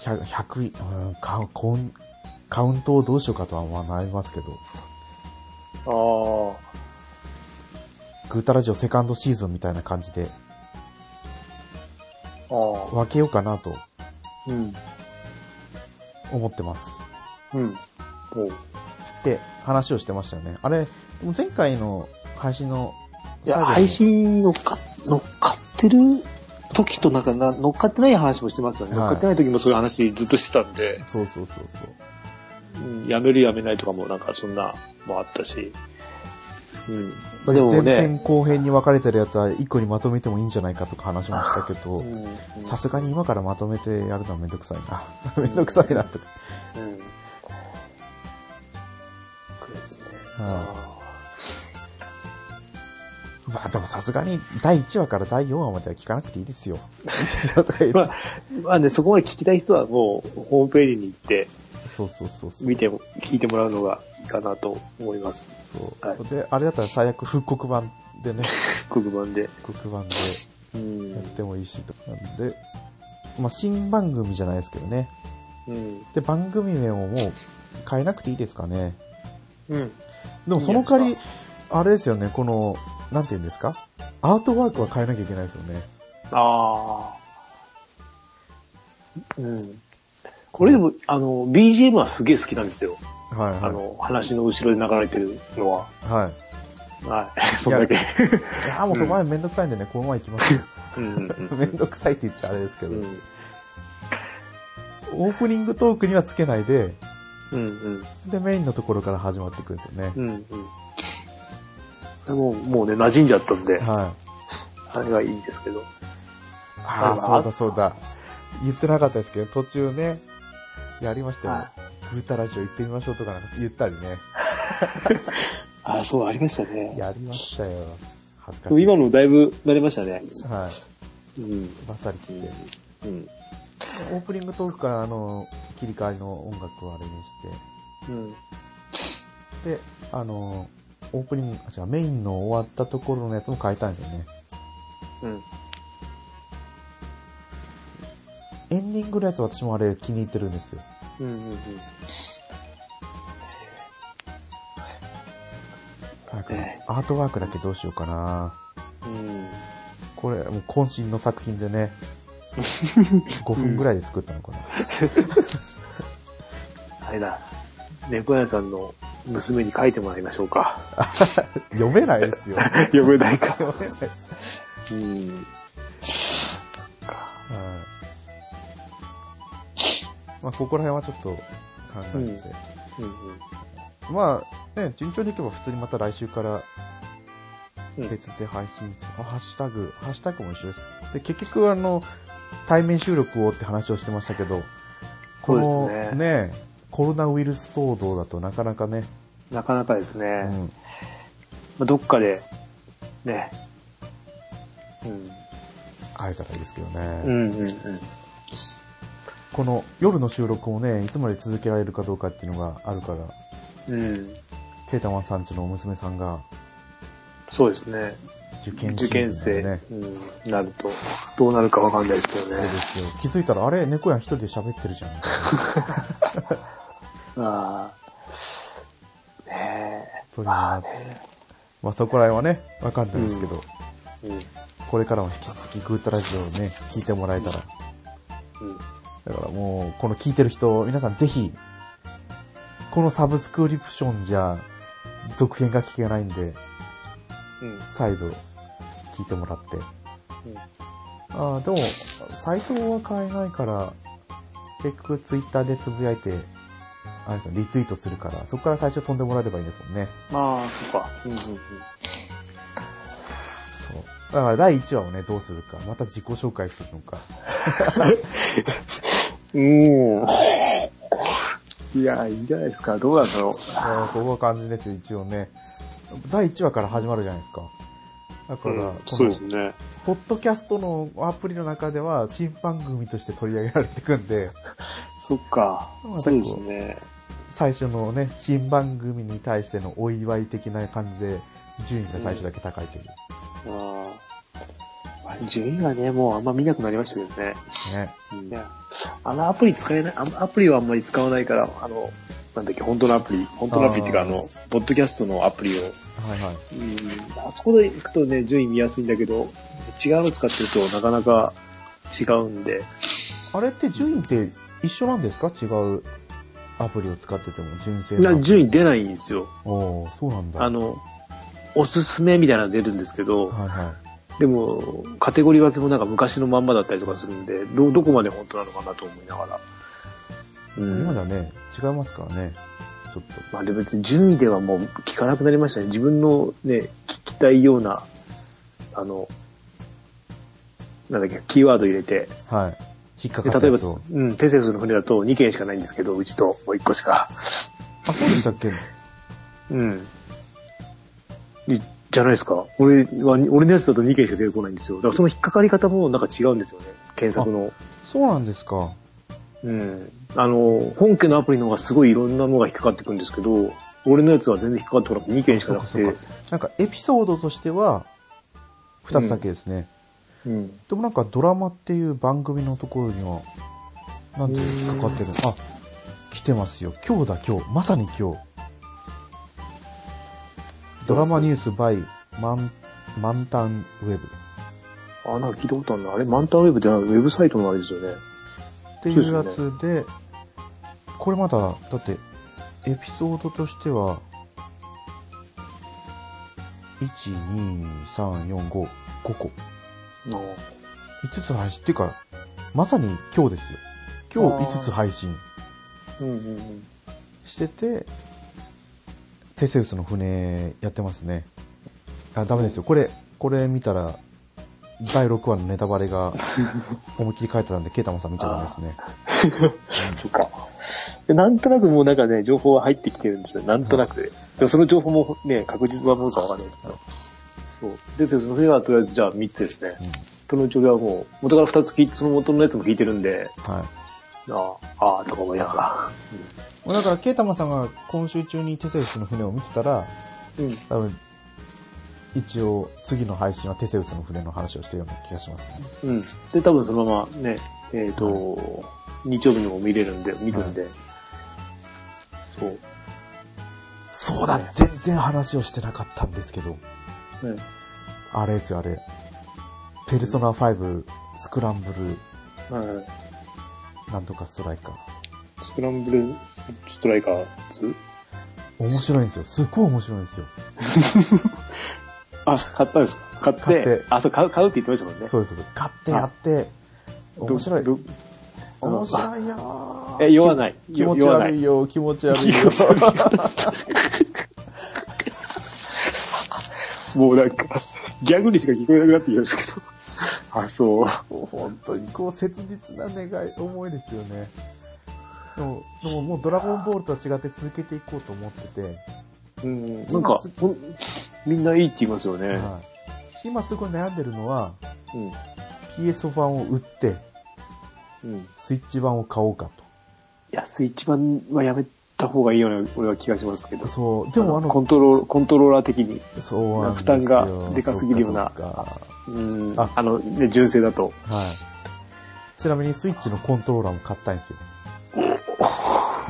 A: 100、100うんカウカウン、カウントをどうしようかとは悩みますけど、
B: ああ。
A: グータラジオセカンドシーズンみたいな感じで
B: ああ。
A: 分けようかなと
B: うん。
A: 思ってます。
B: うん。おう
A: って話をしてましたよね。あれ、でも前回の配信の、
B: いや、
A: 最後の
B: 配信乗っか、乗っかってる時となんかな、乗っかってない話もしてますよね。
A: はい
B: 乗っかってない時もそういう話ずっとしてたんで、
A: そうそうそうそう。
B: うん、やめるやめないとかもなんかそんなもあったし。うん。まあでも
A: 前
B: ね
A: 編、後編に分かれてるやつは一個にまとめてもいいんじゃないかとか話もしたけど、
B: うん
A: さすがに今からまとめてやるのはめんどくさい
B: (laughs)
A: な。めんどくさいなとか。
B: うん。そうですね。
A: はまあでもさすがに第1話から第4話までは聞かなくていい
B: (laughs)
A: ですよ。
B: まあ、まあね、そこまで聞きたい人はもう、ホームページに行って、
A: そうそうそうそう。
B: 見ても、聞いてもらうのがいいかなと思います。
A: そう、
B: はい
A: で、あれだったら最悪復刻版でね、
B: 黒板で。
A: 復刻版で
B: うん
A: やってもいいしとかなんで、まあ新番組じゃないですけどね。
B: うん。
A: で、番組名ももう変えなくていいですかね。
B: うん。
A: でもその代わり、あれですよね、この、なんて言うんですかアートワークは変えなきゃいけないですよね。
B: ああ。うん。これでも、あの、BGM はすげえ好きなんですよ。
A: はい
B: あ
A: は
B: の、話の後ろで流れてるのは。
A: い。はい。
B: はい。そん
A: (laughs)
B: だけ。
A: いやーもうこの前めんどくさいんでね、この前行きます
B: (laughs)
A: よ。
B: うんうん
A: めんどくさいって言っちゃあれですけ
B: う
A: ど、
B: ん。
A: オープニングトークにはつけないで、
B: うんうん。
A: で、メインのところから始まっていくんですよね。
B: うんうん。でも、もうね、馴染んじゃったんで、
A: はい。
B: あれがいいんですけど。
A: ああ、そ
B: あ
A: うだそうだ。言ってなかったですけど、途中ね、やりましたよ。
B: は
A: ブータラジオ行ってみましょうとかなんか言ったりね。
B: ああ、そう、ありましたね。
A: やりましたよ。恥ずかしい。
B: 今のだいぶ慣れましたね。
A: はい。
B: うん。
A: バッサリ切って。
B: うん。
A: オープニングトークからあの、切り替えの音楽をあれに
B: うん。
A: して、で、あの、オープニング、あ、違う、メインの終わったところのやつも変えたんですよね。
B: うん。
A: エンディングのやつ私もあれ気に入ってるんですよ。
B: うん。うん。
A: なんか
B: ええ
A: アートワークだけどうしようかな。
B: うん。
A: これ、もう渾身の作品でね、5分ぐらいで作ったのかな。
B: あれだ。猫屋さんの娘に書いてもらいましょうか。 (laughs)
A: 読めないですよ。はい
B: 読めないか。うん。
A: まあ、ここら辺はちょっと考えて。
B: うんうん。
A: まあ、ね、順調にいけば普通にまた来週から
B: うん
A: 別で配信する。あハッシュタグ、ハッシュタグも一緒です。で、結局あの、対面収録をって話をしてましたけど、この
B: そうで
A: ね
B: す
A: コロナウイルス騒動だとなかなかね、
B: なかなかですね。
A: うん、
B: まあ、どっかで、ね。うん。
A: 会えたらいいですけどね、
B: うんうんうん。
A: この夜の収録をね、いつまで続けられるかどうかっていうのがあるから、
B: うん。
A: ケータマンさんちのお娘さんが
B: そうですね。
A: 受験シ
B: 受
A: ー
B: 験
A: ズン
B: 生、
A: なんでね、
B: うん、なると、どうなるかわかんないですけど
A: そう
B: ね
A: で。すよ。気づいたら、あれ、猫やん一人で喋ってるじゃんみたいな。
B: ああ。ね
A: そういうの
B: え。
A: があ
B: まあ
A: って
B: ね。
A: まあそこら辺はね、わかんないですけど、
B: う
A: これからも引き続きグータラジオをね、聞いてもらえたら。
B: ん。うん。
A: だからもう、この聞いてる人、皆さんぜひ、このサブスクリプションじゃ、続編が聞けないんで、
B: うん。
A: 再度、聞いてもらって。ああ、でも、サイトは変えないから、結局ツイッターでつぶやいて、あれですよ、リツイートするから、そこから最初飛んでもらえればいいんですもんね。
B: まあ、そうか。うんうんうん。
A: そう。だから第1話をね、どうするか、また自己紹介するのか。
B: うん。 (laughs) いや、いいんじゃないですか。どうなんだろう。
A: あーそこは感じですよ、一応ね。第1話から始まるじゃないですか。だから、
B: うん
A: こ
B: そう
A: の
B: です、ね。
A: ポッドキャストのアプリの中では、新番組として取り上げられていくんで、
B: そっか
A: ま。あ
B: そうですね。
A: 最初のね、新番組に対してのお祝い的な感じで、順位が最初だけ高いという。
B: ああ。順位はね、もうあんま見なくなりましたけどね。
A: ね。
B: いや、あのアプリ使えない、あのアプリはあんまり使わないから、あの、なんだっけ、本当のアプリ、本当のアプリっていうか、
A: あ
B: あ
A: ー
B: の、ポッドキャストのアプリを、
A: はいはい。
B: うん、あそこで行くとね、順位見やすいんだけど、違うの使ってるとなかなか違うんで、
A: あれって順位って一緒なんですか違うアプリを使ってても、純正
B: な
A: の。
B: 順位出ないんですよ。
A: おおそうなんだ。
B: あの、おすすめみたいなの出るんですけど、
A: はいはい。
B: でも、カテゴリー分けもなんか昔のまんまだったりとかするんで、ど、どこまで本当なのかなと思いながら。うん
A: 今ではね、違いますからね。ちょっと。
B: まあでも別に順位ではもう聞かなくなりましたね。自分のね、聞きたいような、あの、なんだっけ、キーワード入れて、
A: はい。引っか
B: で
A: かった
B: 例え
A: や
B: ば
A: つを、。
B: うん、テセウスの船だと2件しかないんですけど、うちともう1個しか。
A: あ、そうでしたっけ
B: うん。いじゃないですか。俺は、俺のやつだと2件しか出てこないんですよ。だからその引っかかり方もなんか違うんですよね。検索の。
A: そうなんですか。
B: うん。あの、本家のアプリの方がすごいいろんなのが引っかかってくるんですけど、俺のやつは全然引っかかってこなくて2件しか
A: そうかそ
B: なく
A: う
B: て
A: か。。なんかエピソードとしては、二つだけですね。
B: うん。
A: でもなんかドラマっていう番組のところには、なんて引っかかってるのあ、来てますよ。今日だ今日。まさに今日。ドラマニュース by 満満タンウェブ。
B: あ、なんか聞いたことあるな。あれ、マンタンウェブってなんかウェブサイトのあれですよね。
A: っていうやつで、これまだ、だって、エピソードとしては、1,2,3,4,5,5個。
B: あ
A: 5つ配信。っていうか、まさに今日ですよ。今日
B: あー
A: 5つ配信。
B: うんうんうん。
A: してて、テセウスの船やってますね。あ、ダメですよ。これ、これ見たら、第6話のネタバレが思いっきり書いてたんで、ケータマンさん見ちゃダメですね。
B: (laughs) そうか。でなんとなくもうなんかね、情報は入ってきてるんですよ。なんとなくで。でもその情報もね、確実なものかわかんないですけど。そう。で、その船はとりあえずじゃあ3つですね。そのうち俺はもう、元から2つ聞いて、その元のやつも聞いてるんで、
A: うんはい。
B: ああ、ああ、とか思いなが
A: まあだから、ケータマンさんが今週中にテセウスの船を見てたら、
B: ら。うん。
A: 多分、一応、次の配信はテセウスの船の話をしてるような気がしますね。
B: うん。で、多分そのままね、えっ、と、日曜日にも見れるんで、見るんで。そう。
A: そうだ、全然話をしてなかったんですけど、
B: ね、
A: あれですよ、あれ。ペルソナ5、スクランブル、
B: うん。
A: なんとかストライカー。
B: スクランブルストライカーズ
A: 面白いんですよ。すっごい面白いんですよ。
B: あ、買ったんですか買って
A: 買って
B: あ、そう、買う、買うって言ってましたもんね。
A: そうです、そうです。買ってやって、面白い。
B: どあの
A: 面白いよー
B: え、酔わない。
A: 気持ち
B: 酔わな
A: 悪
B: い
A: い。よ、気持ち悪いよ。
B: (laughs) もうなんか、ギャグにしか聞こえなくなってきましたけど。あ、そう。
A: 本当にこう切実な願い、思いですよね。でも、でももうドラゴンボールとは違って続けていこうと思ってて、
B: うん、なんか、ほんみんないいって言いますよね。
A: はい、今すごい悩んでるのは、
B: うん。
A: PS 版を売って、
B: うん。
A: スイッチ版を買おうか
B: いや、スイッチ版はやめた方がいいような、俺は気がしますけど
A: と。。そう、でもあ
B: コ
A: の、
B: ントロール、コントローラー的に。
A: そうなんですよ
B: 負担がでかすぎるような
A: そっかそっか
B: うん。
A: あ
B: あの、ね、純正だと。
A: はい。ちなみにスイッチのコントローラーも買ったんです
B: (laughs)
A: よ。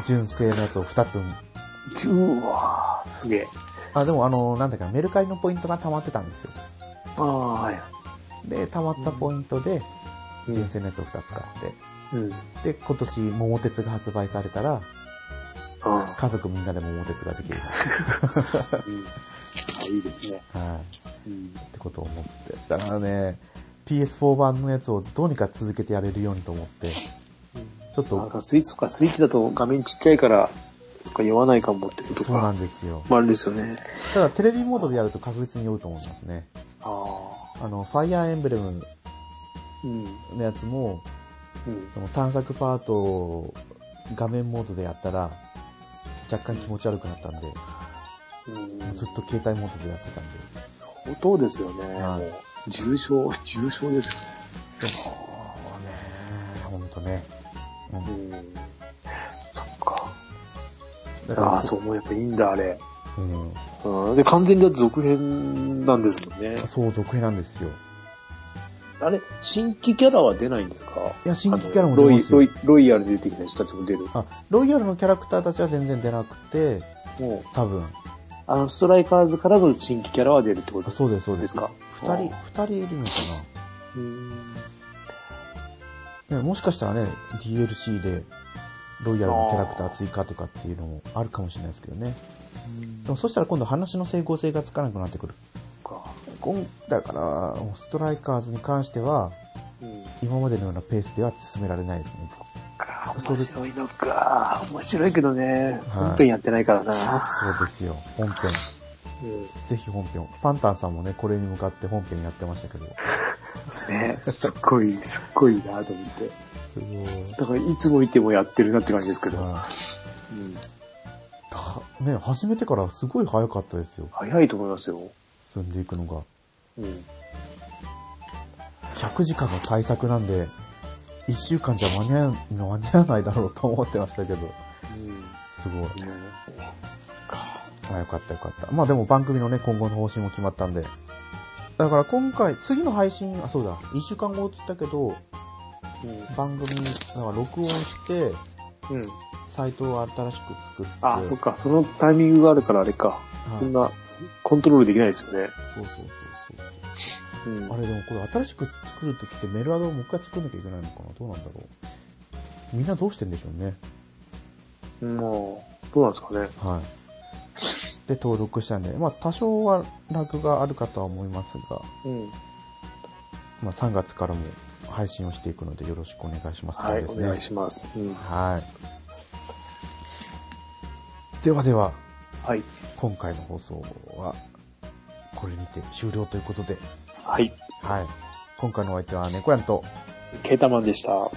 A: 純正のやつを2つ。
B: うわーすげえ。
A: あ、でもあの、なんだかメルカリのポイントが溜まってたんですよ。
B: ああ、はい。
A: で、溜まったポイントで、
B: うん
A: 純正のやつを2つ買って。
B: うん。
A: で、今年、桃鉄が発売されたら、
B: あ
A: 家族みんなで桃鉄ができ
B: (laughs)
A: る
B: あ、うん。あいいですね。
A: な。はい。
B: うん。
A: ってことを思って。だからね、PS4 版のやつをどうにか続けてやれるようにと思って、ちょっ
B: なん
A: と、
B: かスイッチとか、スイッチだと画面ちっちゃいから、そっか酔わないかもってこと
A: そうな
B: か。
A: んですよ。
B: まあ、あれですよね。
A: ただテレビモードでやると確実に酔うと思いますね。
B: ああ。
A: あの、ファイアーエンブレム
B: うん。
A: のやつも、
B: うん。
A: その探索パートを画面モードでやったら、若干気持ち悪くなったんで、
B: うん。
A: ずっと携帯モードでやってたんで。
B: 相当ですよね。
A: はい
B: もう重症、重症です
A: そうね、ほんとね。う
B: よ
A: ん、
B: ね。うん。そっか。
A: だ
B: ああ、そう思う。やっぱいいんだ、あれ。
A: う。うん。
B: うん。で、完全にだって続編なんですもんね。
A: そう、続編なんですよ。
B: あれ、新規キャラは出ないんですか
A: いや新規キャラも
B: あの
A: 出ますよ
B: ロイ、ロイ、ロイヤルで出てきた人たちも出る。
A: あ、ロイヤルのキャラクターたちは全然出なくて、
B: もう、
A: 多分。
B: あの、ストライカーズからの新規キャラは出るってこと
A: あそうです、そう
B: で
A: ですす。
B: か
A: 二人、二人いるのか
B: うん。
A: な、ね、もしかしたらね、DLC で、ロイヤルのキャラクター追加とかっていうのもあるかもしれないですけどね。でもそしたら今度話の整合性がつかなくなってくる。
B: か。
A: こんだから、ストライカーズに関しては、
B: うん。
A: 今までのようなペースでは進められないですね。
B: か
A: それ
B: 面白いのか。面白いけどね。
A: はい
B: 本編やってないからな。
A: そうですよ。本編。
B: うん。
A: ぜひ本編。パンタンさんもね、これに向かって本編やってましたけど。
B: ね。すっごい、すっごいなと思って。
A: すごい。
B: だから、いつもいてもやってるなって感じですけど。
A: は
B: うん。
A: いね、始めてからすごい早かったですよ。
B: 早いと思いますよ。
A: 進んでいくのが。
B: うん。
A: 100時間の対策なんで、1週間じゃ間に合う間に合わないだろうと思ってましたけど、すごい。
B: うん。ね
A: あ、よかったよかった。まあでも番組のね、今後の方針も決まったんで。だから今回、次の配信、あ、そうだ、1週間後って言ったけど、
B: う
A: 番組、だから録音して、
B: ん。うん。
A: サイトを新しく作って。
B: あ、そっか。そのタイミングがあるからあれか。
A: はい
B: そんな、コントロールできないですよね。
A: そうそうそうそう。
B: うん
A: あれでもこれ新しく作るときってメールアドをもう一回作んなきゃいけないのかなどうなんだろうみんなどうしてんでしょうね。
B: もう、どうなんですかね。
A: はい。で、登録したんで、まあ多少はラグがあるかとは思いますが、
B: うん。
A: まあ3月からも配信をしていくのでよろしくお願いします。
B: はい、
A: とうこ
B: お
A: とですね
B: 願いします。うん。
A: はい。ではでは、
B: はい。
A: 今回の放送は、これにて終了ということで、
B: はい。
A: はい。今回のお相手は猫やんと、
B: ケータマンでした。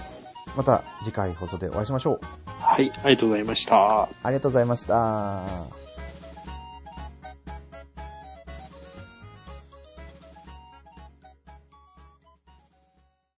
A: また次回放送でお会いしましょう。
B: はい。ありがとうございました。
A: ありがとうございました。